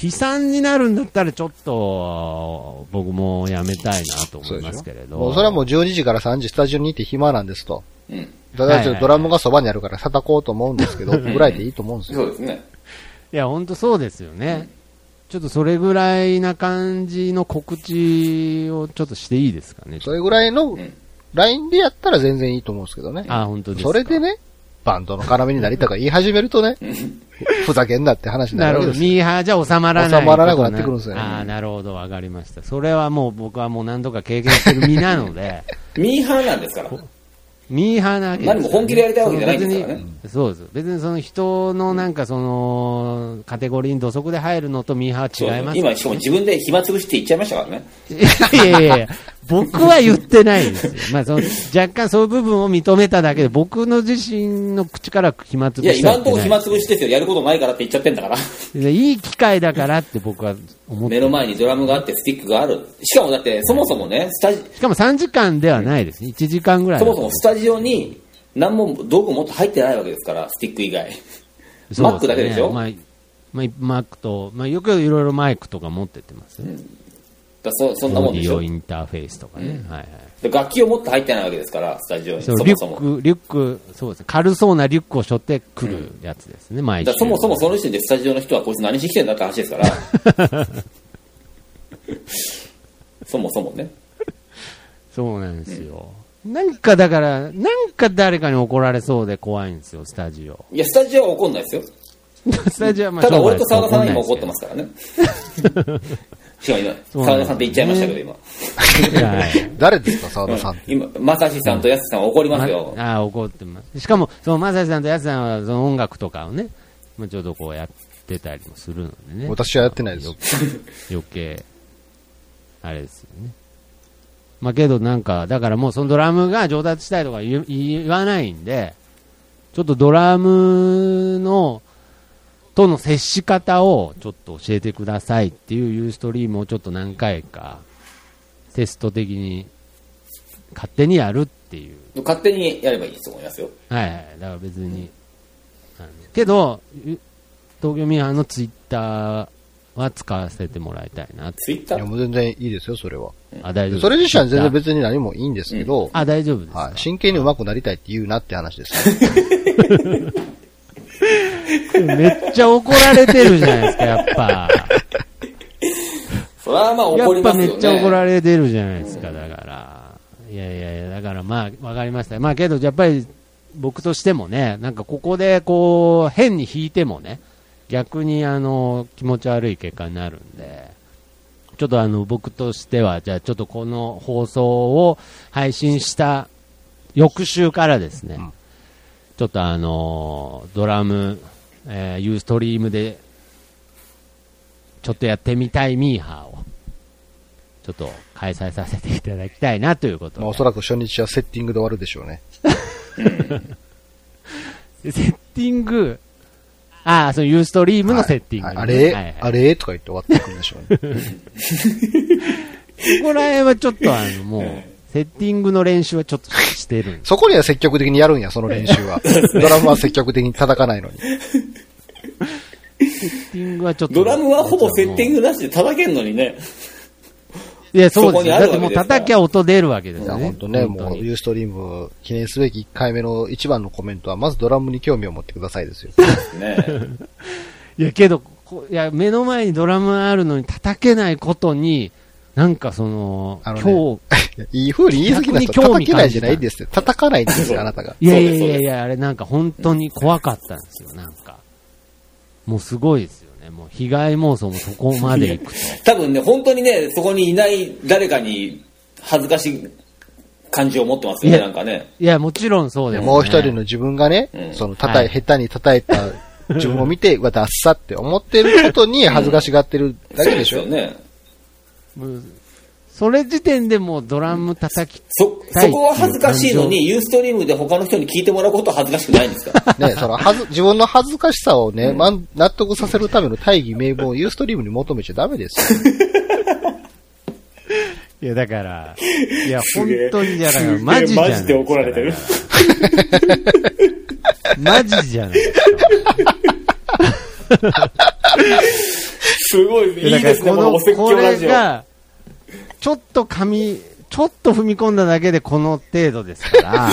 S2: 悲惨になるんだったらちょっと、僕もやめたいなと思いますけれど。
S3: もうそれはもう12時から3時スタジオにいて暇なんですと。
S4: うん。
S3: た
S2: はい
S3: だ
S2: はいはい
S3: ドラムがそばにあるから叩こうと思うんですけど、ぐらいでいいと思うんです
S4: そう
S3: よ。
S4: ですね。
S2: いや、本当そうですよね。ちょっとそれぐらいな感じの告知をちょっとしていいですかね。
S3: それぐらいの
S4: ん
S3: ラインでやったら全然いいと思うんですけどね。
S2: あ、本当ですか。
S3: それでね、バンドの要になりたいから言い始める とね、ふざけんなって話にな
S2: な
S3: る
S2: る
S3: わ
S2: ほど。
S3: けですよ。
S2: ミーハーじゃ収まらない。
S3: 収まらなくなってくるんですよね
S2: ああ、なるほど。わかりました。それはもう僕はもう何度か経験してる身なの で、
S4: ミーハーなんですから。
S2: ミーハーなわけですよね
S4: 何も本気でやりたいわけじゃないんですからね。
S2: そうです。別にその人のなんかその、カテゴリーに土足で入るのとミーハーは違います。
S4: 今、しかも自分で暇つぶしって言っちゃいましたからね。
S2: いやいやいやいや、僕は言ってないですよ。まあその、若干そういう部分を認めただけで、僕の自身の口から暇つ
S4: い
S2: ぶ
S4: や、
S2: しは言っ
S4: 今んと
S2: て
S4: こ
S2: ない
S4: 暇つぶしですよ。やることないからって言っちゃってんだから。
S2: でいい機会だからって僕は思って
S4: 目
S2: る
S4: の前にドラムがあって、スティックがある。しかもだって、そもそもね、スタジ、
S2: しかも3時間ではないですね。1時間ぐらい
S4: そ
S2: だと
S4: も
S2: 思。
S4: そうもスタジオに何も道具もっと入ってないわけですから、スティック以外。
S2: そうすね
S4: Mac だけでしょ
S2: まあまあ、Mac と、まあ、よくいろいろマイクとか持ってってますね。
S4: だそそんな
S2: オ
S4: も
S2: ー
S4: ん
S2: デ
S4: でし
S2: ィ
S4: ょ
S2: オイ。ンターフェースとかね。はいはい。
S4: で楽器をもっと入ってないわけですから、スタジオに。
S2: そ
S4: そうも
S2: リュ
S4: そも。
S2: ック、リュック、そうですね。軽そうなリュックを背負ってくるやつですね、毎
S4: だ
S2: 週。
S4: そもそもその時点でスタジオの人はこいつ何してきてんだって話ですから。 そもそもね。
S2: そうなんですよ。なんかだから、なんか誰かに怒られそうで怖いんですよ、スタジオ。
S4: いや、スタジオは怒んないですよ。
S2: スタジオはまあ。
S4: ただ、俺と沢田さんは今怒ってますすからね。 しかも今、沢田さんって言っちゃいましたけど、今。
S2: はい
S3: 誰ですか、沢田さんって。
S4: 今、まさしさんとやすさんは怒りますよ。
S2: まああ、怒ってます。しかも、その、まさしさんとやつさんは、その音楽とかをね、まあ、ちょっとこうやっってたりもするのでね。
S3: 私はやってないです
S2: よ。 余計、あれですよね。まあけどなんか、だからもうそのドラムが上達したいとか言う言わないんで、ちょっとドラムの、との接し方をちょっと教えてくださいっていうユーストリームをちょっと何回かテスト的に勝手にやるっていう。
S4: 勝手にやればいいと思いますよ。
S2: はいはい。だから別に。あのけど、ゆ東京ミーハーのツイッターは使わせてもらいたいなって。
S4: ツイッタ
S3: いや、
S4: ー
S3: もう全然いいですよ、それは。
S2: あ、大丈夫
S3: それ自身は全然別に何もいいんですけど、
S2: あ、大丈夫ですか。
S3: はい、真剣に上手くなりたいって言うなって話 です。
S2: めっちゃ怒られてるじゃないですか、やっ ぱ。
S4: それはまあ
S2: や
S4: 怒り
S2: っ
S4: ま
S2: ぱ
S4: すよ
S2: め
S4: ね。
S2: っちゃ怒られてるじゃないですか、だから。いやいやいや、だからまあ、わかりました。まあけど、やっぱり僕としてもね、なんかここでこう、変に引いてもね、逆にあの、気持ち悪い結果になるんで、ちょっとあの、僕としては、じゃあちょっとこの放送を配信した翌週からですね、ちょっとあのードラム、えー、ユーストリームで、ちょっとやってみたいミーハーを、ちょっと開催させていただきたいなということ
S3: ま
S2: で
S3: あ、おそらく初日はセッティングで終わるでしょうね。
S2: セッティング、ああ、そのユーストリームのセッティング、
S3: はいあれ、
S2: はいはい
S3: あれとか言って終わっていくんでしょうね。
S2: ここら辺はちょっとあの、もう、セッティングの練習はちょっとしてるんで
S3: そこには積極的にやるんや、その練習 は。ドラムは積極的に叩かないのに。
S2: セッティングはちょっと。
S4: ドラムはほぼセッティングなしで叩けんのにね。
S2: いや、そうですよ。だ
S4: そこにあるわけですから
S2: ってもう叩きゃ音出るわけです
S3: いや、
S2: よね。
S3: 本当ね、
S2: 本当
S3: もう、
S2: に
S3: ユーストリーム記念すべき1回目の一番のコメントは、まずドラムに興味を持ってくださ いですよ。
S4: ね
S2: いやけどこいや目の前にドラムあるのに叩けないことになんかその
S3: あのね
S2: 今日
S3: いい風に言い過ぎな人
S2: 逆に興味
S3: 叩けないじゃない
S2: 感じ
S3: ですって。叩かないんですよ、あなたが。
S2: いやいやい
S4: そうで
S2: や
S4: す
S2: いやあれなんか本当に怖かったんですよなんかもうすごいですよねもう被害妄想もそこまでい くと
S4: 多分ね、本当にね、そこにいない誰かに恥ずかしい感じを持ってますよね、
S2: いや
S4: なんかね。
S2: いやもちろんそうです、ね、
S3: もう一人の自分がね
S4: う、ん
S3: その叩い、
S2: は
S3: 下手に叩いた自分を見て、うわ、ダッサって思ってることに恥ずかしがってるだけでし
S4: そ
S3: ょ
S4: う。すよね。
S2: もうそれ時点でもうドラム叩き
S4: そ、そこは恥ずかしいのに、ユーストリームで他の人に聞いてもらうことは恥ずかしくないんですか
S3: ね、その、はず、自分の恥ずかしさをね、まん、納得させるための大義名分をユーストリームに求めちゃダメですよ。
S2: いやだから いや
S4: す
S2: 本
S4: げえ
S2: 当にだか
S4: す
S2: ら
S4: げえ
S2: マジじゃ ない
S4: マジで怒られてる
S2: マジじゃない
S4: すごい、い
S2: いやだからこの、これが、ちょっと髪、ちょっと踏み込んだだけでこの程度ですから、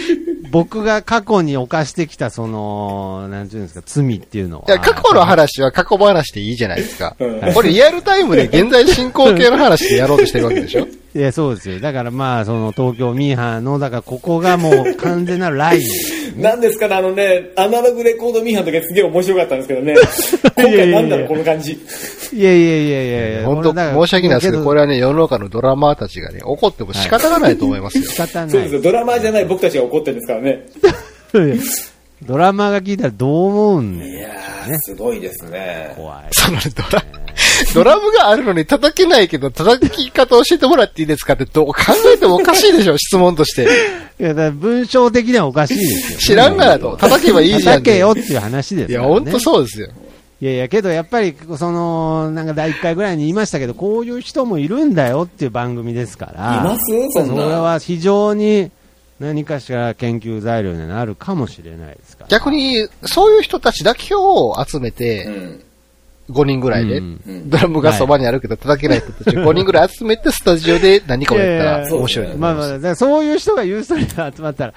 S2: 僕が過去に犯してきたその、なんていうんですか、罪っていうのは。
S3: いや、過去の話は過去話でいいじゃないですか。
S4: うん
S3: これリアルタイムで現在進行形の話でやろうとしてるわけでしょ
S2: いや、そうですよ。だからまあ、その東京ミーハーの、だからここがもう完全なライン。
S4: なんですかね、あのね、アナログレコードミーハンの時はすげえ面白かったんですけどね。今
S2: いやいやいや
S4: 回なんだろう、この感じ。
S2: いやいやいやいやいや。
S3: 本当
S2: 俺だから
S3: 申し訳ないですけど、こ
S2: れ
S3: れはね、世の中のドラマーたちがね、怒っても仕方がないと思いますよ。
S2: 仕方
S4: そ
S2: な
S4: うで
S2: い
S4: す。よ、ドラマーじゃない僕たちが怒ってるんですからね。
S2: ドラマが聞いたらどう思うん
S4: い
S2: ね
S4: やー、すごいですね。
S2: 怖い。
S3: そのドラ、ドラムがあるのに叩けないけど、叩き方教えてもらっていいですかってどう考えてもおかしいで しょ、質問として。
S2: いや、だから文章的にはおかしいですよ。
S3: 知らんがなと。叩けばいいじゃん。
S2: 叩けよっていう話です
S3: い
S2: か
S3: や、
S2: ら、ね。
S3: ほんとそうですよ。
S2: いやいや、けどやっぱり、その、なんか第1回ぐらいに言いましたけど、こういう人もいるんだよっていう番組ですから。
S4: いますそんな
S2: れは非常に何かしら研究材料になるかもしれないですから。
S3: 逆に、そういう人たちだけを集め
S4: う
S3: て、
S4: ん。
S3: 5人ぐらいで、
S2: うん
S4: うん
S3: ドラムがそばにあるけど叩けない人たちを5人ぐらい集めて、スタジオで何かをやった
S2: いやい
S3: ら
S2: や
S3: 面白いと思
S2: まあ
S3: い
S2: ま
S3: ま
S2: あ、
S3: す。
S2: だからそういう人がユーストリームに集まったら、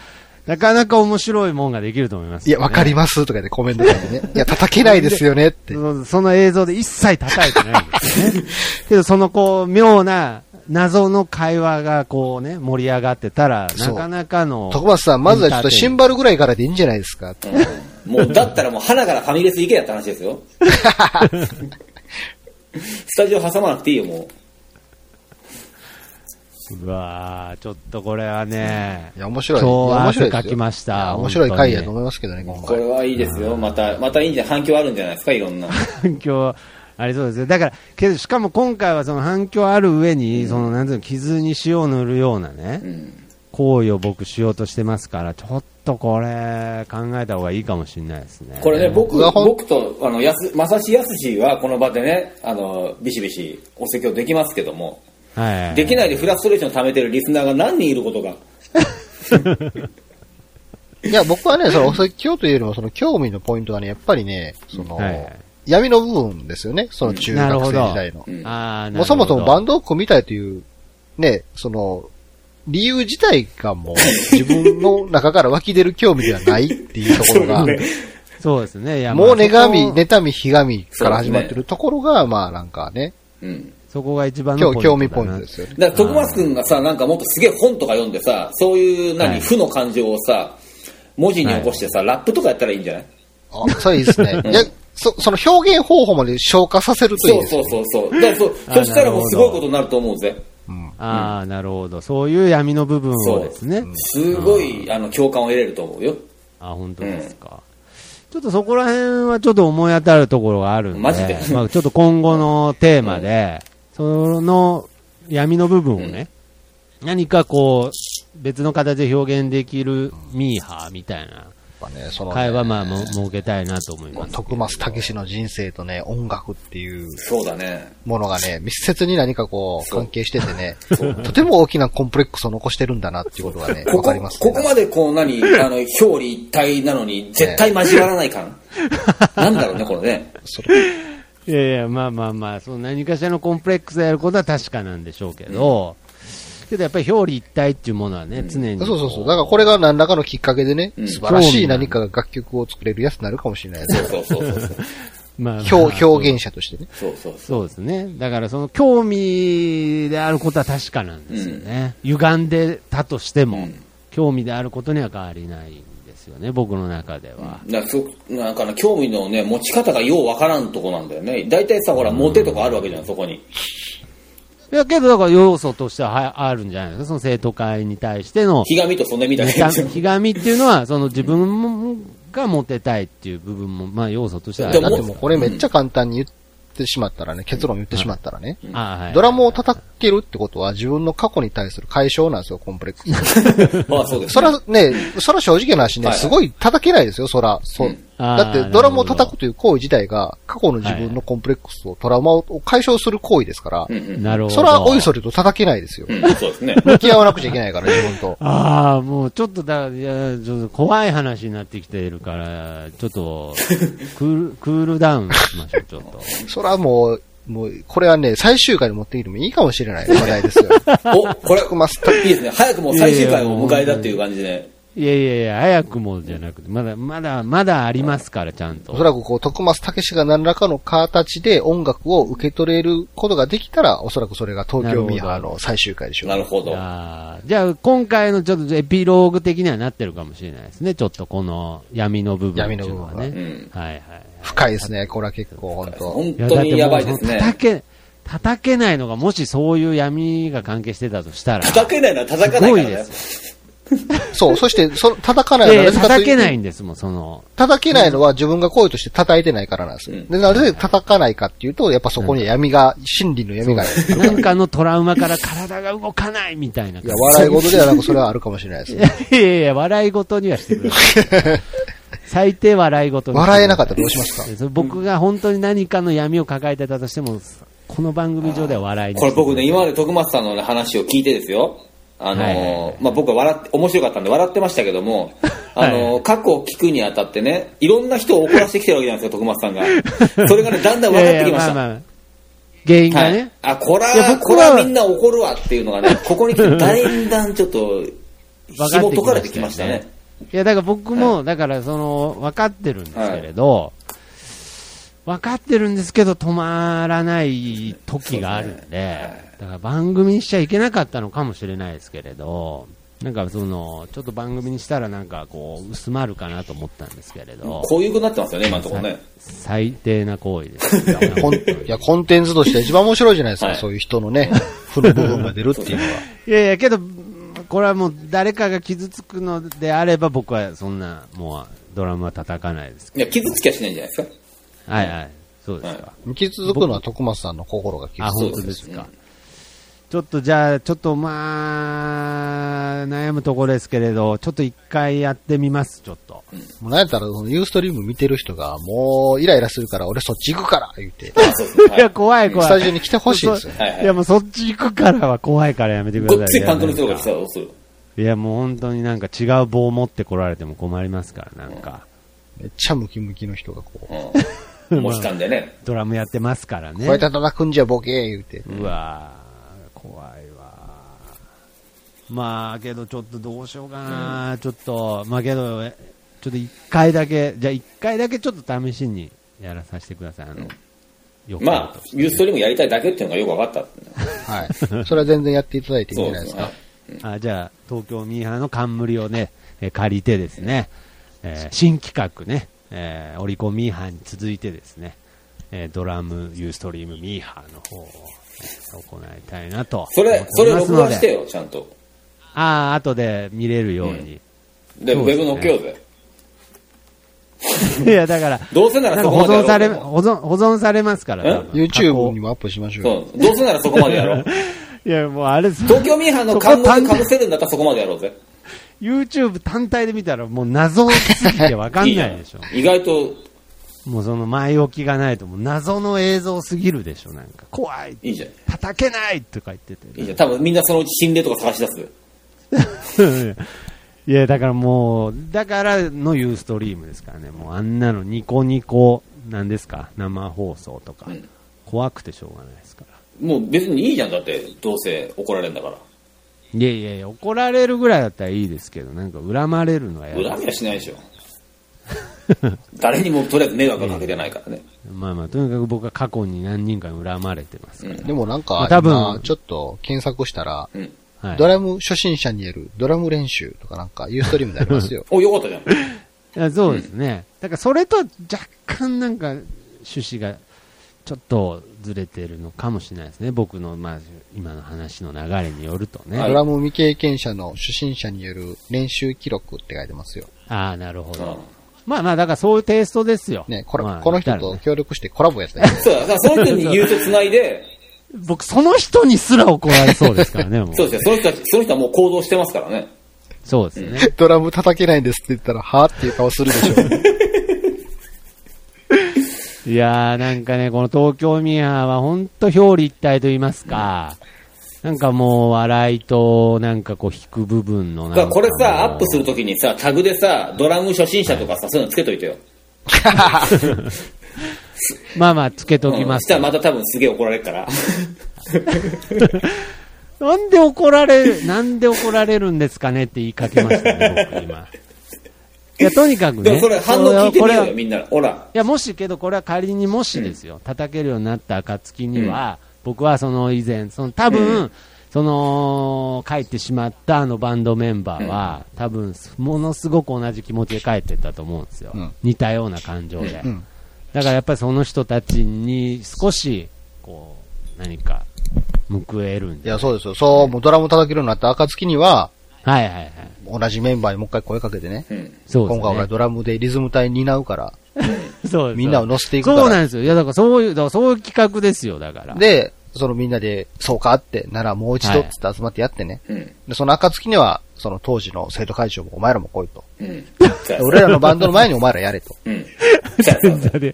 S2: なかなか面白いもんができると思います、
S3: いや、わかり
S2: ま
S3: ますとかでコメントとかでね。いや、叩けないですよねって。
S2: そのその映像で一切叩いてないんです よね。けど、そのこう、妙な、謎の会話がこうね、盛り上がってたら、
S3: そ
S2: な
S3: う
S2: かなかの。
S3: 徳松さん、まずはちょっとシンバルぐらいからでいいんじゃないですかって
S4: うんもう、だったらもう、花からファミレス行けやって話で すよ。スタジオ挟まなくていいよ、も
S2: うわー、ちょっとこれはね、
S3: いや、面白い。
S2: 今日は
S3: 面白いです
S2: 汗
S3: よ
S2: かきました
S3: いや面白い回やと思いますけどね、今
S4: これ
S3: 回。
S4: はいいですよ。また、またいいんじゃ、反響あるんじゃないですか、いろんな。
S2: 反響ありそうですね。だから、けど、しかも今回はその反響ある上に、その、なんていうの、傷に塩を塗るようなね、
S4: うん。
S2: 行為を僕しようとしてますから、ちょっとこれ、考えた方がいいかもしれないですね。
S4: これね、僕、
S3: うわほん
S4: 僕と、あの、やす、まさしやすしは、この場でね、あの、ビシビシお説教できますけども、
S2: はい。
S4: できないでフラストレーション溜めてるリスナーが何人いることが。
S3: いや、僕はね、その、お説教というよりも、その、興味のポイントはね、やっぱりね、その、
S2: はいはい
S3: 闇の部分ですよね、その中
S2: なる
S3: 学
S2: ほ
S3: 生
S2: ど
S3: 時代の。
S4: うん
S2: あーなるほど
S3: もうそもそもバンドを組みたいという、ね、その、理由自体 がもう、自分の中から湧き出る興味ではないっていうところが、
S2: そうですね。いや
S3: もう
S2: まあ
S3: 願
S2: そ
S3: み、
S2: こ
S3: 妬み、ひがみから始まってるところが、まあなんかね、
S4: うん。
S2: そこが一番
S3: 今
S2: の
S3: 日
S2: ポイント
S3: 興味ポイントです
S2: よ。
S3: よね。
S4: だから、徳松くんがさ、なんかもっとすげえ本とか読んでさ、そういう、
S2: は
S4: 何、
S2: い
S4: 負の感情をさ、文字に起こしてさ、ラップとかやったらいいんじゃない
S3: あ、それいいです ね。いや、そ、その表現方法まで消化させるといい
S4: そう
S3: です
S4: そ
S3: よ
S4: うそうそう。だからそう、
S2: あ
S4: そしたらも
S2: なるほ
S4: う
S2: ど
S4: すごいことになると思うぜ。
S2: ああ、なるほど。そういう闇の部分をですね。
S4: すごい、あの、共感を得れると思うよ。
S2: あ、本当ですか。ちょっとそこら辺はちょっと思い当たるところがあるんで、
S4: マジで
S2: まあ、ちょっと今後のテーマで、その闇の部分をね、何かこう、別の形で表現できるミーハーみたいな
S3: やっぱね、その、
S2: 会話まあも設けたいなと思います。
S3: 徳松武史の人生とね、音楽っていう
S4: そうだね。
S3: ものが ね、密接に何かこう、
S4: そう
S3: 関係しててね、とても大きなコンプレックスを残してるんだなっていうことがね、
S4: こ
S3: わ
S4: こ
S3: かりますね。
S4: ここまでこう何、あの、表裏一体なのに、絶対交わらない感。なんだろうね、これね。
S3: それ
S2: いやいや、まあまあまあ、その何かしらのコンプレックスでやることは確かなんでしょうけど、けどやっぱり表裏一体っていうものはね、常にこ。
S3: そうそうそう。だからこれが何らかのきっかけでね、
S4: うん
S3: 素晴らしい何かが楽曲を作れるやつになるかもしれないです
S4: そうそうそうそう。
S2: まあまあ
S3: 表、表現者としてね。
S4: そうそうそう。
S2: そうですね。だからその興味であることは確かなんですよね。歪んでたとしても、
S4: うん
S2: 興味であることには変わりないんですよね、僕の中では。
S4: だからそうなんかね、興味のね、持ち方がようわからんとこなんだよね。大体さ、ほら、モテとかあるわけじゃん、そこに。
S2: いや、けどだから要素としてははあるんじゃないですか、その生徒会に対しての。
S4: ひがみとそねみた い
S2: ひ
S4: な
S2: が
S4: やつ。
S2: ひがみっていうのは、その自分がモテたいっていう部分も、まあ要素としてはあ
S4: で
S2: る
S3: だ
S4: も
S3: ってもうこれめっちゃ簡単に言ってしまったらね、結論言ってしまったらね、
S2: あはい
S3: ドラムを叩けるってことは自分の過去に対する解消なんですよ、コンプレックス。
S4: あそう です。
S3: そらね、そら正直な話ね、
S4: はい
S3: すごい叩けないですよ、そら。そううん
S2: あー
S3: だってドラムを叩くという行為自体が過去の自分のコンプレックスとトラウマを解消する行為ですから
S4: う、んうん。
S2: なるほど。
S3: そらおいそれと叩けないですよ。
S4: うん、そうですね。
S3: 向き合わなくちゃいけないから、自分と。
S2: ああ、もうちょっとだ、いや、ちょっと怖い話になってきているから、ちょっと、ク ール、クールダウンしましょう、ちょっと。
S3: そらもう、もう、これはね、最終回に持っていてもいいかもしれない話題で すよ。
S4: お、これ、
S3: 徳松武
S4: いいですね。早くもう最終回を迎えたっていう感じで。
S2: いやいやいや、早くもじゃなくて、まだ、まだ、まだありますから、ちゃんと。
S3: おそらくこう、徳松武が何らかの形で音楽を受け取れることができたら、おそらくそれが東京ミーハーの最終回でしょう。
S4: なるほど。
S2: あーじゃあ、今回のちょっとエピローグ的にはなってるかもしれないですね。ちょっとこの闇の部分っていうのはね。
S3: 闇の部
S4: 分
S2: はいはいはい。
S3: 深いですね、これは結構、本当
S4: 本当にやばいです
S2: や
S4: ね。
S2: だってもうその叩け、叩けないのが、もしそういう闇が関係してたとしたら。
S4: 叩けないのは叩かないからね。
S3: そう、そして、その、叩かない
S2: いや
S3: のはいな
S2: や
S3: ぜかと
S2: 叩
S3: い
S2: けな
S3: う
S2: い
S3: と、
S2: んですもん、そ の。
S3: 叩けないのは自分が行為として叩いてないからなんですよ。で、なぜ叩かないかっていうと、やっぱそこに闇が、心理の闇がある。
S2: なんかのトラウマから体が動かないみたいな。い
S3: いや、笑い事ではなく、それはあるかもしれないですね。
S2: いやいや、笑い事にはしてください。 最低笑い事にしてください
S3: 笑えなかったらどうしますか
S2: それ僕が本当に何かの闇を抱えてたとしても、この番組上では笑いに
S4: これ僕ね、今ま
S2: で。
S4: で徳松さんのね話を聞いてですよ。あのー
S2: はいはいはい
S4: まあ、僕は笑って、面白かったんで笑ってましたけども、あ
S2: はい
S4: のー過去を聞くにあたってね、いろんな人を怒らせてきてるわけじゃないですか、徳松さん が。それがね、だんだん
S2: い
S4: 分かっ
S2: や
S4: て
S2: い
S4: き
S2: や
S4: まし
S2: ま
S4: た。
S2: あまあ、原因が
S4: はい
S2: ね。。
S4: あ、こら
S2: いや、僕
S4: こ
S2: は
S4: らみんな怒るわっていうのがね、ここに来てだんだんちょっと、
S2: 分かってきまし
S4: 紐
S2: たよね
S4: 解かれてき ましたね。
S2: いや、だから僕も、だからその、分かってるんですけれど、分かってるんですけど、止まらない時があるんで、だから番組にしちゃいけなかったのかもしれないですけれど、なんかその、ちょっと番組にしたらなんかこう、薄まるかなと思ったんですけれど。
S4: こういうくなってますよね、今のところね。
S2: 最低な行為です。
S3: コンいや、コンテンツとしては一番面白いじゃないですか、
S4: はい
S3: そういう人のね、負の部分が出るっていうのは。
S2: いやいや、けど、これはもう誰かが傷つくのであれば僕はそんな、もうドラムは叩かないですけ
S4: いや、傷つきはしないんじゃないですか。
S2: ど。はいはい。そうですか。
S3: 傷つくのは徳松さんの心が傷
S2: あ、
S3: つ
S2: 本
S3: く。
S2: 当ですか。ちょっとじゃあ、ちょっとまあ、悩むところですけれど、ちょっと一回やってみます、ちょっと。
S3: もうなんやったら、そのユーストリーム見てる人が、もうイライラするから俺そっち行くから言って、
S4: そうですね。はい
S2: いや、怖い怖い。
S3: スタジオに来てほしいですよね。
S4: はいはい
S2: いや、もうそっち行くからは怖いからやめてください。
S4: ごっついパンクの人が来た
S2: いや
S4: らどう する
S2: いや、もう本当になんか違う棒持ってこられても困りますから、なんか。
S3: めっちゃムキムキの人がこう、
S4: うん。もうしたん でね。
S2: ドラムやってますからね
S3: こう。やって叩くんじゃボケー言うて。
S2: うわー怖いわーまあ、けどちょっとどうしようかな、ちょっと、まあけど、えちょっと一回だけ、じゃあ一回だけちょっと試しにやらさせてください、あの、よ
S4: まあ、ユーストリームやりたいだけっていうのがよく分かった。
S3: はい。それは全然やっていただいていいんじ
S4: そ
S3: ゃ
S4: う
S3: ないで
S4: で
S3: すす
S4: ね。は
S3: か
S4: い。
S2: あじゃあ、東京ミーハーの冠をね、えー借りてですね、えー新企画ね、えーオリコンミーハーに続いてですね、えードラムユーストリームミーハーの方をえー行いたいなと
S4: それ、そ
S2: 思
S4: れ
S2: います
S4: 録
S2: の
S4: 画
S2: で
S4: してよ、ちゃんと。
S2: ああ、後で見れるように。
S4: で、ウ
S2: そう
S4: ェ
S2: です
S4: ブ
S2: ね
S4: 乗っけようぜ。
S2: いや、だから、
S4: どうせな
S2: な
S4: ら
S2: んか
S4: そ
S2: 保
S4: こまで
S2: 存
S4: やろう
S2: され、
S4: と思
S2: 保存、保存されますから。
S4: え
S2: 多分
S3: YouTube にもアップしましょうよ。
S4: う。うん。どうせならそこまで やろう。
S2: いや、もうあれ、
S4: 東京ミーハーの冠をかぶせるんだったらそこまでやろうぜ。
S2: YouTube 単体で見たらもう謎すぎてわかんないでしょ。
S4: いいじゃん意外と
S2: もうその前置きがないと、もう謎の映像すぎるでしょ、なんか。怖い。
S4: いいじゃん。い
S2: 叩けないとか言ってて。
S4: いじゃん。多分みんなそのうち心霊とか探し出すよ。
S2: いや、だからもう、だからのユーストリームですからね。もうあんなのニコニコ、なんですか生放送とか。怖くてしょうがないですから。
S4: もう別にいいじゃん、だって、どうせ怒られるんだから。
S2: いやいやいや、怒られるぐらいだったらいいですけど、なんか恨まれるのはやだ
S4: 恨みはしないでしょ。誰にもとりあえず迷惑はかけてないからね。
S2: まあまあ、とにかく僕は過去に何人かに恨まれてますから。
S3: でもなんか
S2: まあ、多分
S3: 今ちょっと検索したら、
S4: うん。。
S2: はい、
S3: ドラム初心者にやるドラム練習とかなんか、ユーストリームでありますよ
S4: お、よかったじゃん。
S2: いやそうですね。だからそれとは若干なんか趣旨がちょっとずれてるのかもしれないですね。僕の、まあ、今の話の流れによるとね。
S4: はい
S3: ドラム未経験者の初心者による練習記録って書いてますよ。
S2: ああ、なるほど。
S4: うん
S2: まあまあ、だからそういうテイストですよ。
S3: ね、これ、
S2: まあ
S3: この人
S2: だから
S3: と
S2: ね
S3: 協力してコラボやったよ
S4: そうだ、だからその人に言うと繋いで、
S2: 僕、その人にすら怒られそうですからね、 もう。
S4: そうですよ、その人たち、その人はもう行動してますからね。
S2: そうですね。
S3: ドラム叩けないんですって言ったら、はぁ っていう顔するでしょ。
S2: いやー、なんかね、この東京ミアは本当表裏一体と言いますか、なんかもう笑いと、なんかこう引く部分のな
S4: だ
S2: ん
S4: か
S2: から
S4: これさ、アップす
S2: る。
S4: るときにさ、タグでさ、ドラム初心者とかさ、そういうのつけといてよ。
S2: まあまあ、つけとき
S4: うん
S2: ま
S4: し
S2: す
S4: た。らまた多分すげえ怒られるから。
S2: なんで怒られる、なんで怒られるんですかねって言いかけましたね、僕今。いや、とにかく
S4: で
S2: ね。
S4: もそれ反応聞いて
S2: こ
S4: み
S2: れ
S4: よ
S2: は
S4: うよ、みんな。ほら。
S2: いや、もしけど、これは仮にもしですよ、叩けるようになった暁には、僕はその以前、その多分、その帰ってしまったあのバンドメンバーは、多分ものすごく同じ気持ちで帰ってったと思うんですよ、
S3: うん
S2: 似たような感情で、
S3: うん
S2: だからやっぱりその人たちに少しこう何か報えるん
S3: い
S2: で、
S3: や、そうですよ。そう、もうドラム叩けるようになった暁には、
S2: はいはいはい、
S3: 同じメンバーにもう一回声かけてね。
S4: うん。
S2: そうです
S3: 今回俺
S2: ね、
S3: ドラムでリズム隊担うから、
S2: そうです
S3: みんなを乗せていく
S2: そうな
S3: か
S2: んですよ、いやだからそういうだからそういう企画ですよ、だから
S3: ら。。で、そのみんなで、そうかって、ならもう一度っつって集まってやってね。
S4: うん。
S3: で、その暁には、その当時の生徒会長もお前らも来いと。
S4: うん。
S3: で 俺らのバンドの前にお前らやれと。
S4: うん。そうやそう や
S2: だって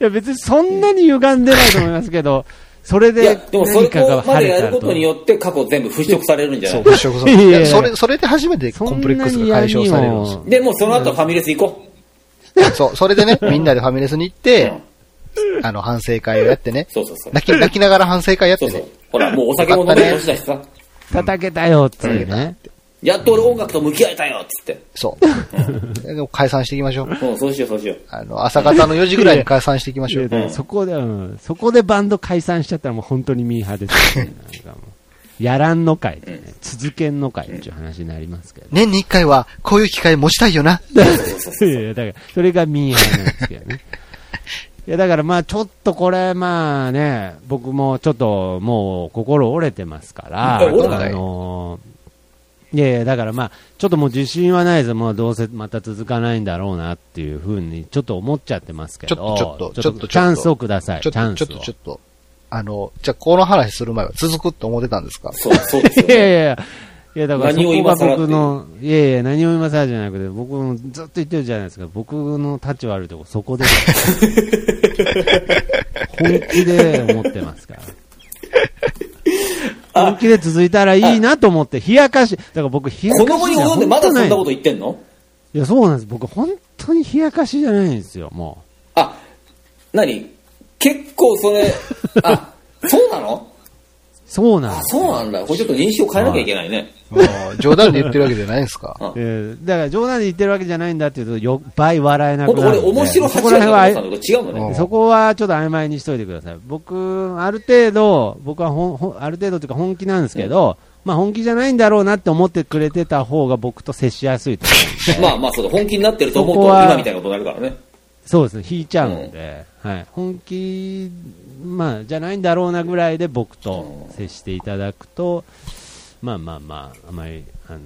S2: いや、別にそんなに歪んでないと思いますけど、それ
S4: いや、
S2: で
S4: でもそれ
S2: 何かが
S4: こま
S2: 晴
S4: で
S2: れ
S4: や
S2: た
S4: る
S2: ら
S4: こと
S2: と
S4: に。よって過去全部払拭されるんじゃ
S3: そう、
S4: な
S3: 物色さん。
S2: いやい
S3: い
S2: やいや
S3: やそれ、それで初めてコンプレックスが解消されるんですよ
S2: そん
S4: いで、もうその後ファミレス行こ
S3: そう、それでね、みんなでファミレスに行っ
S4: う。う
S3: て
S4: ん、。
S3: あの、反省会をやってね。
S4: そうそうそう。
S3: 泣き、泣きながら反省会やっ
S4: そ
S3: て
S4: うそう
S3: ね。。
S4: ほら、もうお酒も飲める年だしさ。
S2: 叩けたよっていうね。
S4: やっと俺音楽と向き合えたよっつって。
S3: そう。でも解散していきましょう。
S4: うん、そうしよう、そうしよう。
S3: あの、朝方の4時ぐらいに解散していきましょう。
S2: いやそこで、うんそこでバンド解散しちゃったらもう本当にミーハーですよね。なんかもうやらんのかいってね、続けんのかいっていう話になりますけど。
S3: 年に一回は、こういう機会持ちたいよな。
S2: いやいや、だから、それがミーハーなんですけ どね。いや、だからまあ、ちょっとこれ、まあね、僕もちょっともう心折れてますから、
S4: うん折れた
S2: あのーいやいや、だからまあ、ちょっともう自信はないです。もうどうせまた続かないんだろうなっていうふうに、ちょっと思っちゃってますけど、
S3: ちょっとちょっと
S2: ちょっ
S3: ちょっとちょっと
S2: とチャンスをください。
S3: ちょ
S2: チ
S3: っ
S2: ャ
S3: と、
S2: ン
S3: ち
S2: ス
S3: ょ
S2: を
S3: っと、ちょっと。あの、じゃあ、この話する前は続くって思ってたんですか
S4: そう、そ うですよ
S2: いやい
S4: ね。
S2: やいや。いやだからそ
S4: 何を
S2: こ
S4: 今
S2: が
S4: 更
S2: 僕の、いやいや、何を今更じゃなくて、僕もずっと言ってるじゃないですか、僕の立ち悪いとこ、そ こです。本気で思ってますから。本気で続いたらいいなと思って、冷やかし、だから僕、冷やか
S4: 子
S2: しじゃ
S4: 供に本でまだそんなこと
S2: い
S4: 言ってんの
S2: や、そうなんです。僕、本当に冷やかしじゃないんですよ、も
S4: あ、何結構 それ、あ、そうなの
S2: う。そうなん
S4: あ
S2: で、す。
S4: そうなんだ。これちょっと認識を変えなきゃいけないね。
S3: もう冗談で言ってるわけじゃないんです か
S4: あ
S2: えーだから冗談で言ってるわけじゃないんだっていうと、よ倍笑えな
S4: も
S2: く
S4: っと
S2: な
S4: 俺
S2: るんで。
S4: 面白
S2: そ
S4: 8
S2: こ
S4: 割
S2: ら
S4: だ
S2: 辺
S4: と
S2: は
S4: 思ったのが違うの
S3: う
S4: ね。
S3: ん
S2: そこはちょっと曖昧にしといてください。僕、ある程度、僕はほんほんある程度というか本気なんですけど、まあ本気じゃないんだろうなって思ってくれてた方が僕と接しやすいと思うんで
S4: まあまあそうだ、本気になってると思うと
S2: そこは
S4: 今みたいなことになるからね。
S2: そうですね、引いちゃうんで、はい、本気、まあ、じゃないんだろうなぐらいで僕と接していただくと、まあまあまあ、あまり、あの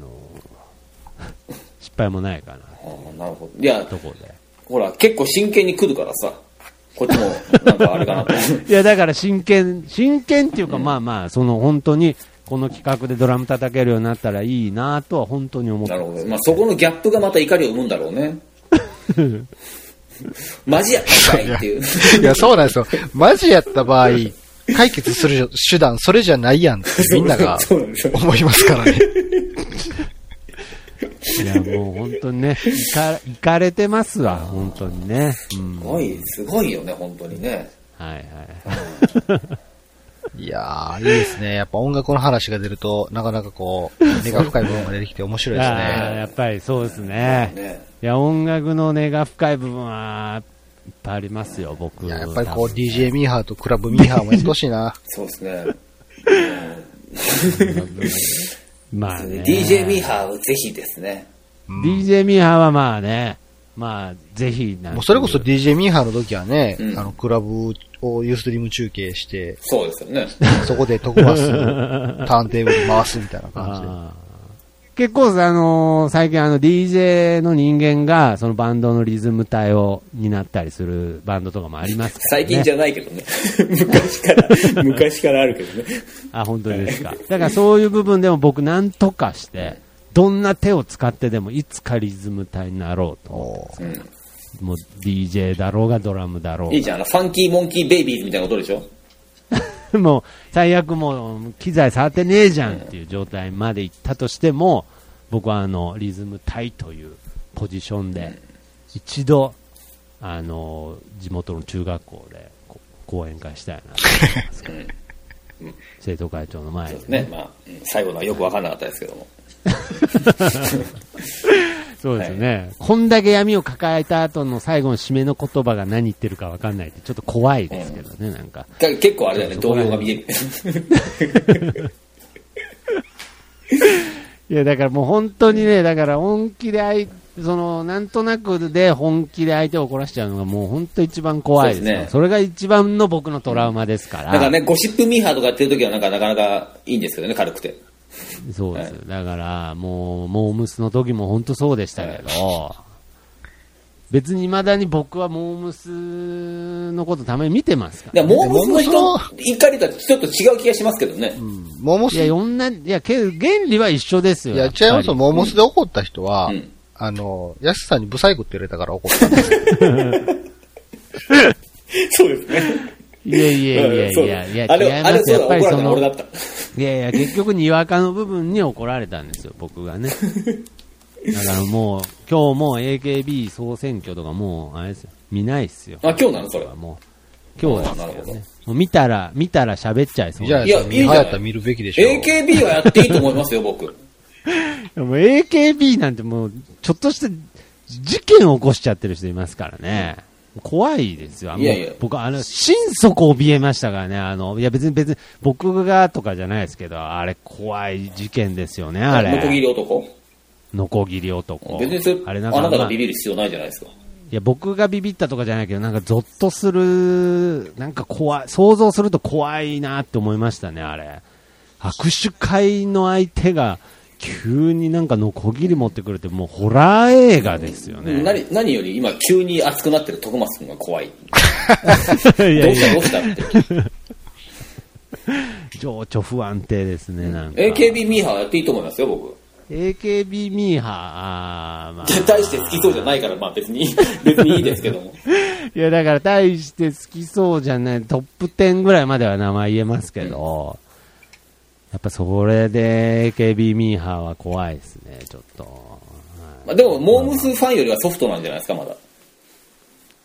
S2: 失敗もないかな、
S4: あーなるほど。いや、
S2: とこで。
S4: ほら、結構真剣に来るからさ、こっちもなんかあれ かなと。
S2: いや、だから真剣、真剣っていうか、まあまあ、その本当に、この企画でドラム叩けるようになったらいいなとは本当に思って
S4: なる
S2: ま
S4: ほ
S2: す
S4: ど。。まあそこのギャップがまた怒りを生むんだろ うね。マジやったんかいっ ていう。
S3: いや、そうなんですよ。マジやった場合、解決する手段、それじゃないやんってみんなが
S4: そうなんですよ。
S3: 思いますからね。
S2: いや、もう本当にね、いか、いかれてますわ、本当にね。うん。はい
S4: すごい、すごいよね、本当にね。
S2: はい。
S3: いやー、いいですね。やっぱ音楽の話が出ると、なかなかこう、根が深い部分が出てきて面白いです
S2: あー
S3: ね。
S2: やっぱりそうですね。
S4: ね
S2: いや、音楽の根が深い部分は、いっぱいありますよ、僕。
S3: いや、やっぱりこ
S2: 多
S3: う、
S2: 分
S3: DJ ミーハーとクラブミーハーもやってほしいな。
S4: そうですね。
S2: まあね。
S4: DJ ミーハーをぜひですね。
S2: DJ ミーハーはまあね、まあ、ぜひなんていう
S3: もうそれこそ DJ ミーハーの時はね、
S4: うん
S3: あの、クラブをユーストリーム中継して、
S4: そうですよね。
S3: そこで特 バスをターンテーブル回すみたいな感じで。
S2: あー結構さ、あのー最近あの DJ の人間が、そのバンドのリズム体を担ったりするバンドとかもありますから、ね。
S4: 最近じゃないけどね。 昔から、昔からあるけどね。
S2: あ、本当にですか。だからそういう部分でも僕なんとかして、どんな手を使ってでもいつかリズム体になろうと。
S3: おー
S4: うん
S2: もう DJ だろうがドラムだろ
S4: いいうじゃん、あのファンキーモンキーベイビーズみたいなことでしょ
S2: が。 もう最悪もう機材触ってねえじゃんっていう状態まで行ったとしても、僕はあのリズム体というポジションで、一度、あの、地元の中学校でこ講演会したいなと思います けど生徒会長の前
S4: そう
S2: で
S4: ですね。まあ、うん最後のはよくわかんなかったですけども。
S2: そうですね、こんだけ闇を抱えた後の最後の締めの言葉が何言ってるか分かんないって、ちょっと怖いですけどね、なんか、
S4: だ結構あれだよね、動揺が見える。
S2: いやだからもう本当にね、だから本気で相その、なんとなくで本気で相手を怒らせちゃうのが、もう本当、一番怖いです
S4: そう
S2: よ
S4: ですね
S2: それが一番の僕のトラウマですから、
S4: なんかね、ゴシップミーハーとかやってる時はなんかなかなかいいんですけどね、軽くて。
S2: そうです、だからもう、モームスの時も本当そうでしたけど、別に未だに僕はモームスのこと、たまに見てますから
S4: でも、モームスの
S3: モ
S4: 人、怒りとはちょっと違う気がしますけどね。
S3: モーモス、
S2: い
S3: い
S2: や、女、いや、け原理は一緒ですよ。
S3: や、違
S2: っ
S3: い
S2: ぱ
S3: ま
S2: り
S3: すよ。モーモスで怒った人は
S4: うん、
S3: あの、安さんにブサイクって言われたから怒ったんですよ。
S4: そうですね。
S2: いやいやいやい
S4: そう
S2: や、いや、
S4: あれ、
S2: 違い
S4: あ
S2: ま
S4: れ
S2: す
S4: そう
S2: よ。やっ
S4: だ、怒ら
S2: ぱり
S4: れた
S2: そ
S4: の俺だ
S2: の
S4: っ、た。
S2: いやいや、結局、にわかの部分に怒られたんですよ、僕 がね。だからもう、今日もう AKB 総選挙とかもう、あれですよ、見ないっすよ。
S4: あ今日なのそれ
S2: もう、今日です
S4: あなる
S2: け
S4: ほど
S2: どね。もう見たら、見たら喋っちゃいそう
S3: じゃ
S2: な
S3: あ、
S4: いやいいじゃない
S3: やったら見るべきでしょ。
S4: AKB はやっていいと思いますよ、僕。
S2: もう AKB なんてもう、ちょっとした事件を起こしちゃってる人いますからね。怖いですよ。あの
S4: いやいや
S2: 僕、あの、心底怯えましたからね。あの、いや別に別に僕がとかじゃないですけど、あれ怖い事件ですよね、あれ。
S4: ノコギリ男
S2: ノコギリ男。
S4: 別にそれ
S2: あ
S4: あ
S2: れな
S4: なん
S2: か
S4: た
S2: ま
S4: が
S2: あ
S4: ビビる必要ないじゃないですか。
S2: いや、僕がビビったとかじゃないけど、なんかゾッとする、なんか怖い、想像すると怖いなって思いましたね、あれ。握手会の相手が、急になんかノコギリ持ってくるって、もうホラー映画ですよね。
S4: 何何より今急に熱くなってる徳松君が怖い。
S2: いやい
S4: ど
S2: や
S4: うしたどうしたって。
S2: 情緒不安定ですね、なんか。
S4: AKB ミーハーやっていいと思いますよ、僕。
S2: AKB ミーハー、あ ーまあ。
S4: 大して好きそうじゃないから、まあ別に、 別にいいですけども。
S2: いや、だから大して好きそうじゃない、トップ10ぐらいまでは名前言えますけど、やっぱそれで AKB ミーハーは怖いですね、ちょっと。はい
S4: まあでも、モームスファンよりはソフトなんじゃないですか、まだ。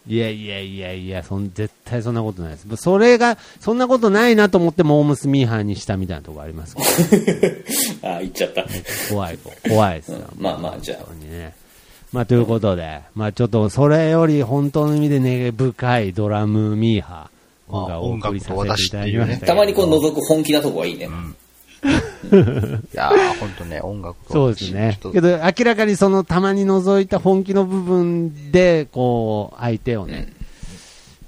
S2: いやいやいやいや、そん絶対そんなことないです。それが、そんなことないなと思ってモームスミーハーにしたみたいなとこありますけど、
S4: ああ、言っちゃった。
S2: 怖い、怖いですよ。
S4: うんまあまあじゃあ
S2: 本当にね。まあということで、まあちょっとそれより本当の意味で根深いドラムミーハー、今回お送りさせていただきましたけど
S4: たまにこう覗く本気なとこはいいね。
S3: いやー、ほんとね、音楽と
S2: そうですね
S3: ちょ。っ
S2: け
S3: と
S2: ど、明らかにその、たまに覗いた本気の部分で、こう、相手をね、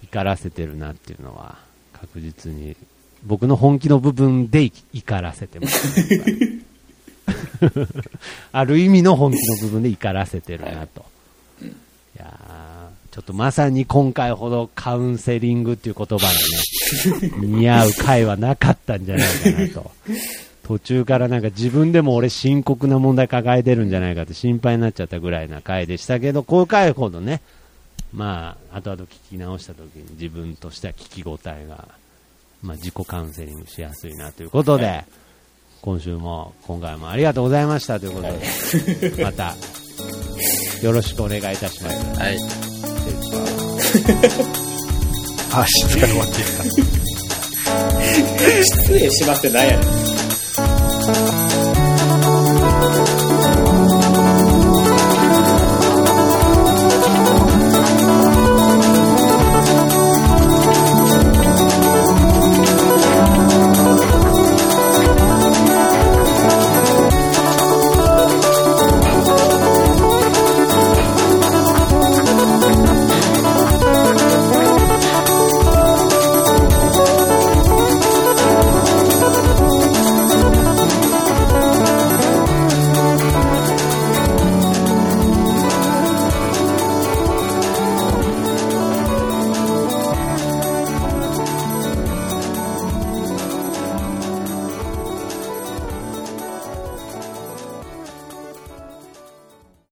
S2: 怒らせてるなっていうのは、確実に、僕の本気の部分でい怒らせてます、 ね。やっぱりある意味の本気の部分で怒らせてるなと。いやーちょっとまさに今回ほどカウンセリングっていう言葉が ね、似合う回はなかったんじゃないかなと。途中からなんか自分でも俺深刻な問題抱えてるんじゃないかって心配になっちゃったぐらいな回でしたけど、こういう回ほどね、まあ、後々聞き直した時に自分としては聞き応えが、まあ自己カウンセリングしやすいなということで、今週も今回もありがとうございましたということで、また、よろしくお願いいたします。
S3: はい。あ、静かに終わってる
S4: 失礼しますってなんやねん。